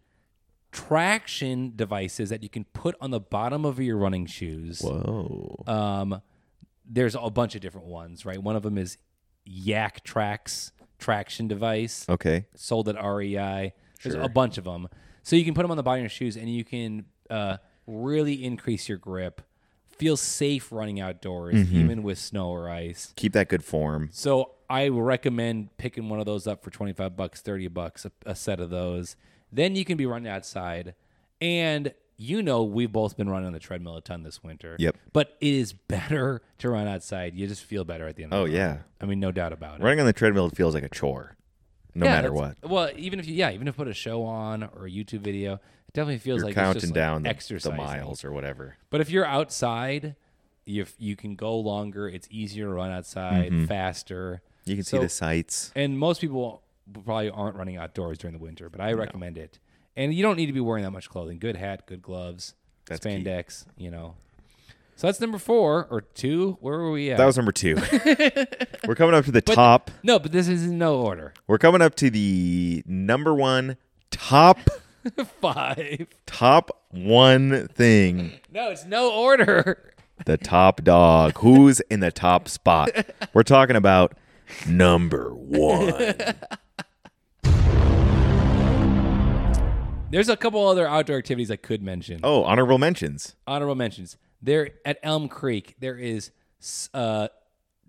traction devices that you can put on the bottom of your running shoes. Whoa. Um, there's a bunch of different ones, right? One of them is Yak Tracks traction device Okay. sold at REI. There's a bunch of them, so you can put them on the bottom of your shoes, and you can uh, really increase your grip. Feel safe running outdoors, even with snow or ice. Keep that good form. So I recommend picking one of those up for 25 bucks, 30 bucks a, a set of those. Then you can be running outside. And you know we've both been running on the treadmill a ton this winter. Yep. But it is better to run outside. You just feel better at the end of Oh the yeah. I mean, no doubt about it. Running on the treadmill feels like a chore, no Yeah, matter that's- what. Well, even if you yeah, even if you put a show on or a YouTube video, it definitely feels You're like it's counting just down like the, the exercising. miles or whatever. But if you're outside, you you can go longer. It's easier to run outside, faster. Mm-hmm. You can see So- the sights. And most people probably aren't running outdoors during the winter, but I recommend it. And you don't need to be wearing that much clothing. Good hat, good gloves, That's key. spandex, you know. So that's number four or two. Where were we at? That was number two. We're coming up to the top. no, but this is in no order. We're coming up to the number one top Five. top one thing. No, it's no order. The top dog. Who's in the top spot? We're talking about number one. There's a couple other outdoor activities I could mention. Oh, honorable mentions. Honorable mentions. There at Elm Creek, there is s- uh,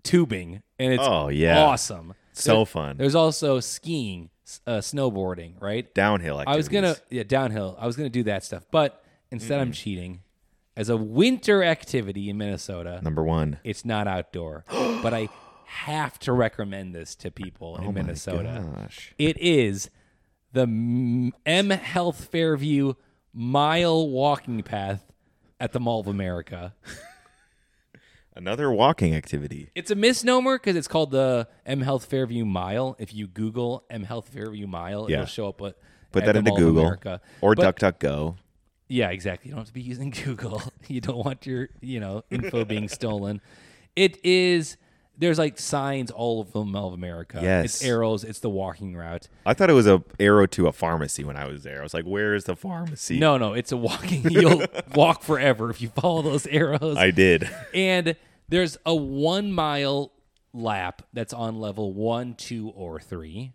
tubing, and it's Oh, yeah. awesome. So fun. There's also skiing, s- uh, snowboarding, right? Downhill activities. I was gonna yeah downhill. I was gonna do that stuff, but instead I'm cheating. As a winter activity in Minnesota, number one. it's not outdoor, but I have to recommend this to people Oh in Minnesota. Gosh. It is the M M Health Fairview mile walking path at the Mall of America. Another walking activity. It's a misnomer because it's called the M Health Fairview Mile. If you Google M Health Fairview Mile, Yeah. it'll show up. At, Put at that the into Mall of Google America. or But- DuckDuckGo. Yeah, exactly. You don't have to be using Google. you don't want your, you know, info being stolen. It is there's like signs all over the Mall of America. Yes. It's arrows, it's the walking route. I thought it was a arrow to a pharmacy when I was there. I was like, "Where is the pharmacy?" No, no, it's a walking you'll walk forever if you follow those arrows. I did. and there's a one mile lap that's on level one, two, or three.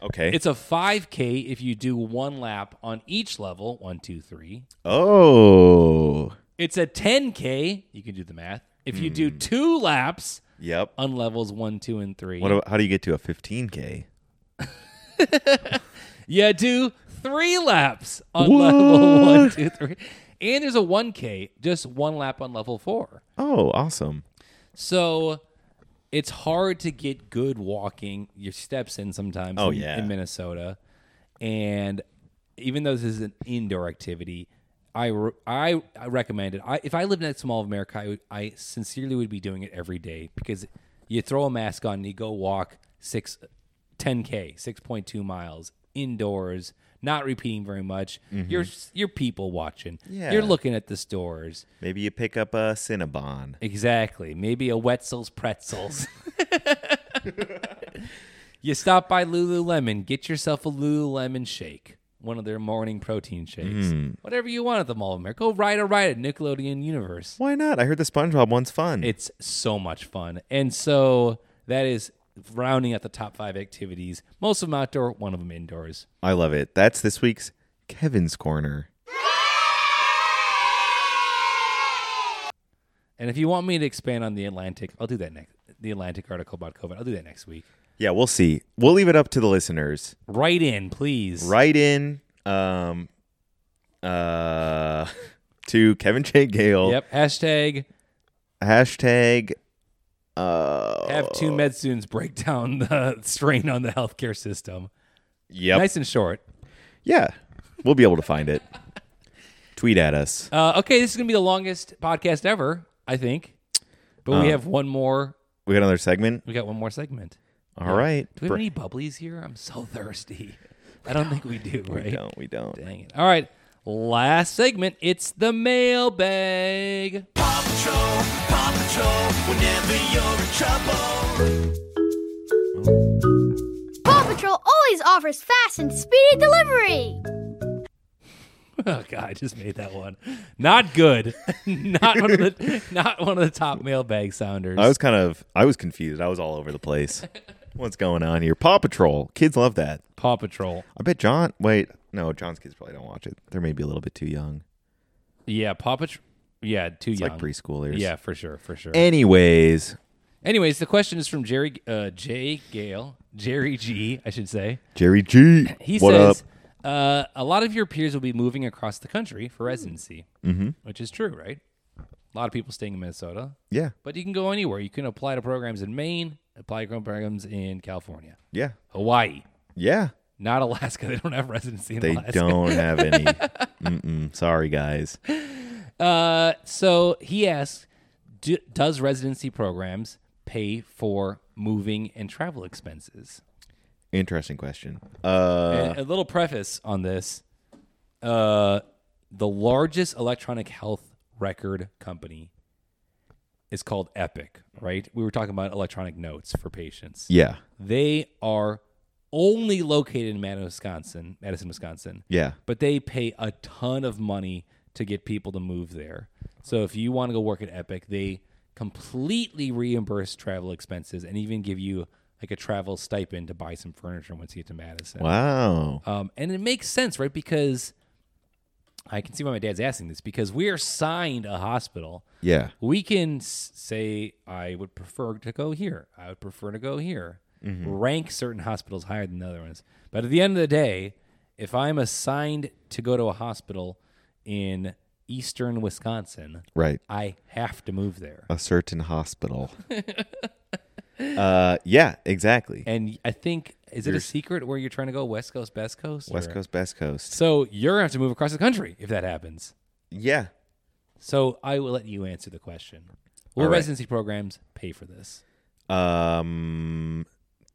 Okay. It's a 5K if you do one lap on each level, one, two, three. oh. It's a 10K, you can do the math, if you do Hmm. two laps Yep. on levels one, two, and three. What? About, how do you get to a 15k? you do three laps on level one, two, three. And there's a 1K, just one lap on level four. Oh, awesome. So it's hard to get good walking your steps in sometimes Oh, in, yeah. in Minnesota. And even though this is an indoor activity, I, re- I, I recommend it. I, if I lived next to Mall of America, I, would, I sincerely would be doing it every day because you throw a mask on and you go walk six, 10K, 6.2 miles indoors, not repeating very much. You're, you're people watching. Mm-hmm. Yeah. You're looking at the stores. Maybe you pick up a Cinnabon. Exactly. Maybe a Wetzel's Pretzels. you stop by Lululemon, get yourself a Lululemon shake, one of their morning protein shakes. Whatever you want at the Mall of America. Go ride a ride at Nickelodeon Universe. Why not? I heard the SpongeBob one's fun. It's so much fun. And so that is rounding out the top five activities. Most of them outdoor, one of them indoors. I love it. That's this week's Kevin's Corner. And if you want me to expand on the Atlantic, I'll do that next. The Atlantic article about COVID. I'll do that next week. Yeah, we'll see. We'll leave it up to the listeners. Write in, please. Write in um uh to Kevin J. Gale. Yep. Hashtag Hashtag uh have two med students break down the strain on the healthcare system. Yep. Nice and short. Yeah. We'll be able to find it. Tweet at us. Uh, okay, this is gonna be the longest podcast ever. I think. But we Um, have one more. We got another segment. We got one more segment. All right. Do we have Br- any bubblies here? I'm so thirsty. I don't think we do, right? we don't. We don't. Dang it. All right. Last segment. It's the mailbag. Paw Patrol always offers fast and speedy delivery. Oh god, I just made that one. Not good. not one of the not one of the top mailbag sounders. I was kind of. I was confused. I was all over the place. What's going on here? Paw Patrol. Kids love that. Paw Patrol. I bet John. Wait, no, John's kids probably don't watch it. They're maybe a little bit too young. Yeah, Paw Patrol. Yeah, too It's young. like preschoolers. Yeah, for sure, for sure. Anyways, Anyways, the question is from Jerry uh, J. Gale, Jerry G. I should say. Jerry G. He what says up? Uh, a lot of your peers will be moving across the country for residency, mm-hmm. which is true, right? A lot of people staying in Minnesota, Yeah, but you can go anywhere. You can apply to programs in Maine, apply to programs in California, yeah, Hawaii, yeah. not Alaska. They don't have residency in They Alaska. don't have any. Mm-mm, sorry, guys. Uh, so he asks, do, does residency programs pay for moving and travel expenses? Interesting question. Uh, a little preface on this. Uh, the largest electronic health record company is called Epic, right? We were talking about electronic notes for patients. yeah, They are only located in Madison, Wisconsin, Madison, Wisconsin, yeah. but they pay a ton of money to get people to move there. So if you want to go work at Epic, they completely reimburse travel expenses and even give you like a travel stipend to buy some furniture once you get to Madison. Wow. Um, and it makes sense, right? Because I can see why my dad's asking this because we are signed a hospital. Yeah, We can s- say, I would prefer to go here. I would prefer to go here. Mm-hmm. Rank certain hospitals higher than other ones. But at the end of the day, if I'm assigned to go to a hospital in eastern Wisconsin, right. I have to move there. A certain hospital. uh, yeah, exactly. And I think, is it a secret where you're trying to go? West Coast, Best Coast? West or- Coast, Best Coast. So you're going to have to move across the country if that happens. Yeah. So I will let you answer the question. Will All right. residency programs pay for this? Um,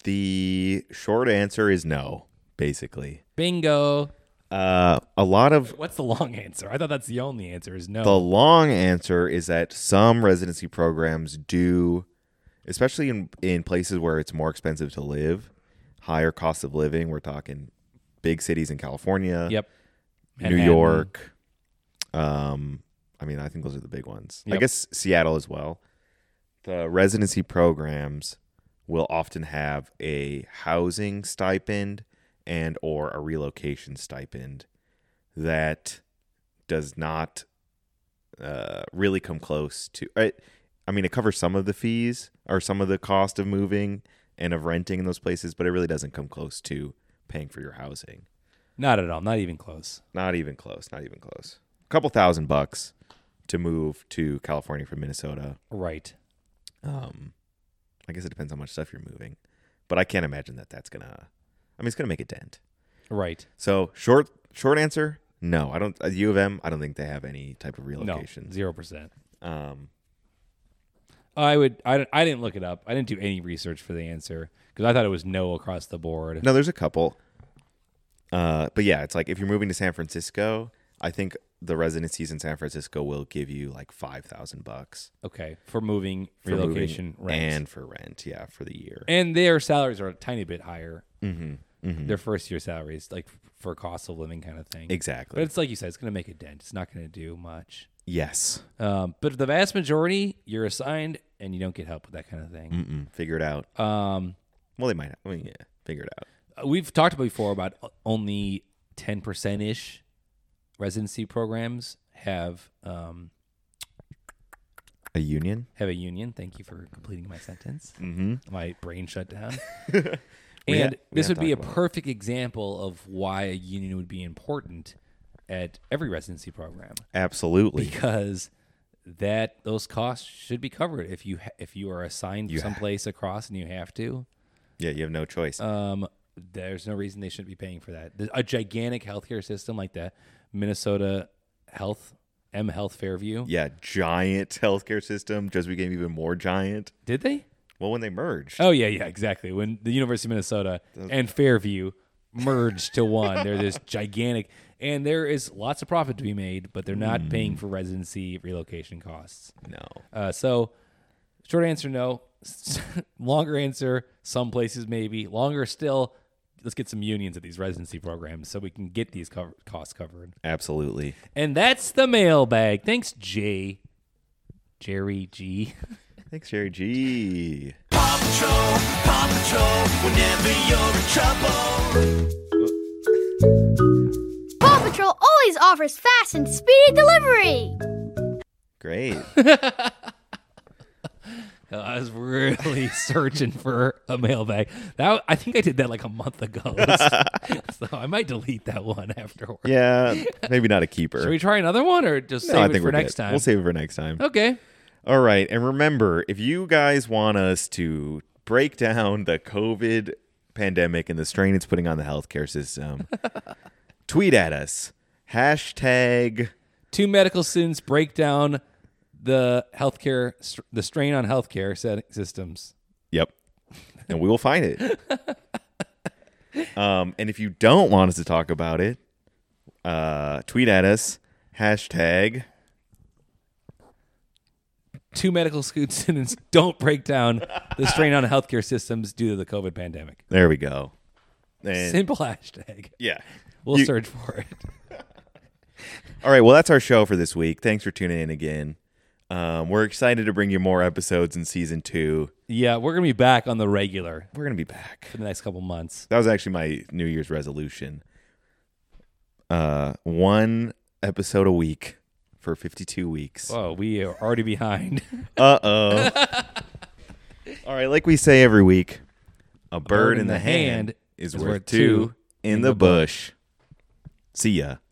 the short answer is no. Basically, Bingo. uh, a lot of What's the long answer? I thought that's the only answer is no. The long answer is that some residency programs do, especially in, in places where it's more expensive to live, higher cost of living. We're talking big cities in California, yep. New Manhattan. York. Um, I mean, I think those are the big ones. I Yep. guess Seattle as well. The residency programs will often have a housing stipend and or a relocation stipend that does not uh, really come close to I, I mean it covers some of the fees or some of the cost of moving and of renting in those places but it really doesn't come close to paying for your housing Not at all. Not even close. not even close. Not even close. A couple thousand bucks to move to California from Minnesota. Right. Um, I guess it depends how much stuff you're moving, but I can't imagine that that's gonna. I mean, it's gonna make a dent. Right. So short, short answer: No, I don't. uh, U of M, I don't think they have any type of No. relocations. Zero percent. Um, I would. I, don't- I didn't look it up. I didn't do any research for the answer because I thought it was no across the board. no, there's a couple. Uh, but yeah, it's like if you're moving to San Francisco, I think the residencies in San Francisco will give you like five thousand bucks Okay. For moving, for moving relocation, rent. and for rent, yeah, for the year. and their salaries are a tiny bit higher. Mm-hmm. Their first year salaries, like for cost of living kind of thing. Exactly. But it's like you said, it's going to make a dent. It's not going to do much. Yes. Um, but the vast majority, you're assigned and you don't get help with that kind of thing. Mm-mm. Figure it out. Um, well, they might. I mean, yeah, figure it out. we've talked before about o- only 10% ish residency programs have um, A union. have a union. Thank you for completing my sentence. Mm-hmm. My brain shut down. We ha- and we this have would be a talked about perfect example of why a union would be important at every residency program. Absolutely. because that those costs should be covered if you ha- if you are assigned You ha- someplace across and you have to. Yeah, you have no choice. Um, there's no reason they shouldn't be paying for that. There's a gigantic healthcare system like the Minnesota Health M Health Fairview. Yeah, giant healthcare system just became even more giant. Did they? Well, when they merged, Oh yeah, yeah, exactly. When the University of Minnesota and Fairview merged to one, they're this gigantic, and there is lots of profit to be made, but they're not Hmm. paying for residency relocation costs. no. Uh, so, short answer, no. Longer answer, some places maybe. Longer still, let's get some unions at these residency programs so we can get these cover- costs covered. Absolutely. And that's the mailbag. Thanks, Jay. Jerry G. Thanks, Jerry G. Paw Patrol always offers fast and speedy delivery. Great. I was really searching for a mailbag. That I think I did that like a month ago, so I might delete that one afterward. yeah, maybe not a keeper. Should we try another one or just No, save I it think for we're next good. time? We'll save it for next time. Okay. All right. And remember, if you guys want us to break down the COVID pandemic and the strain it's putting on the healthcare system, tweet at us. Hashtag two medical students break down the healthcare str- the strain on healthcare set- systems. Yep. And we will find it. um, and if you don't want us to talk about it, uh, tweet at us. Hashtag Two medical school students don't break down the strain on healthcare systems due to the COVID pandemic. there we go. And Simple hashtag. yeah. We'll You- search for it. All right. Well, that's our show for this week. Thanks for tuning in again. Um, we're excited to bring you more episodes in season two. Yeah, we're gonna be back on the regular We're gonna be back. for the next couple months. That was actually my New Year's resolution. Uh, one episode a week for fifty-two weeks. Whoa, we are already behind. Uh oh. All right, like we say every week, a bird, in the hand, is worth two in the bush. See ya.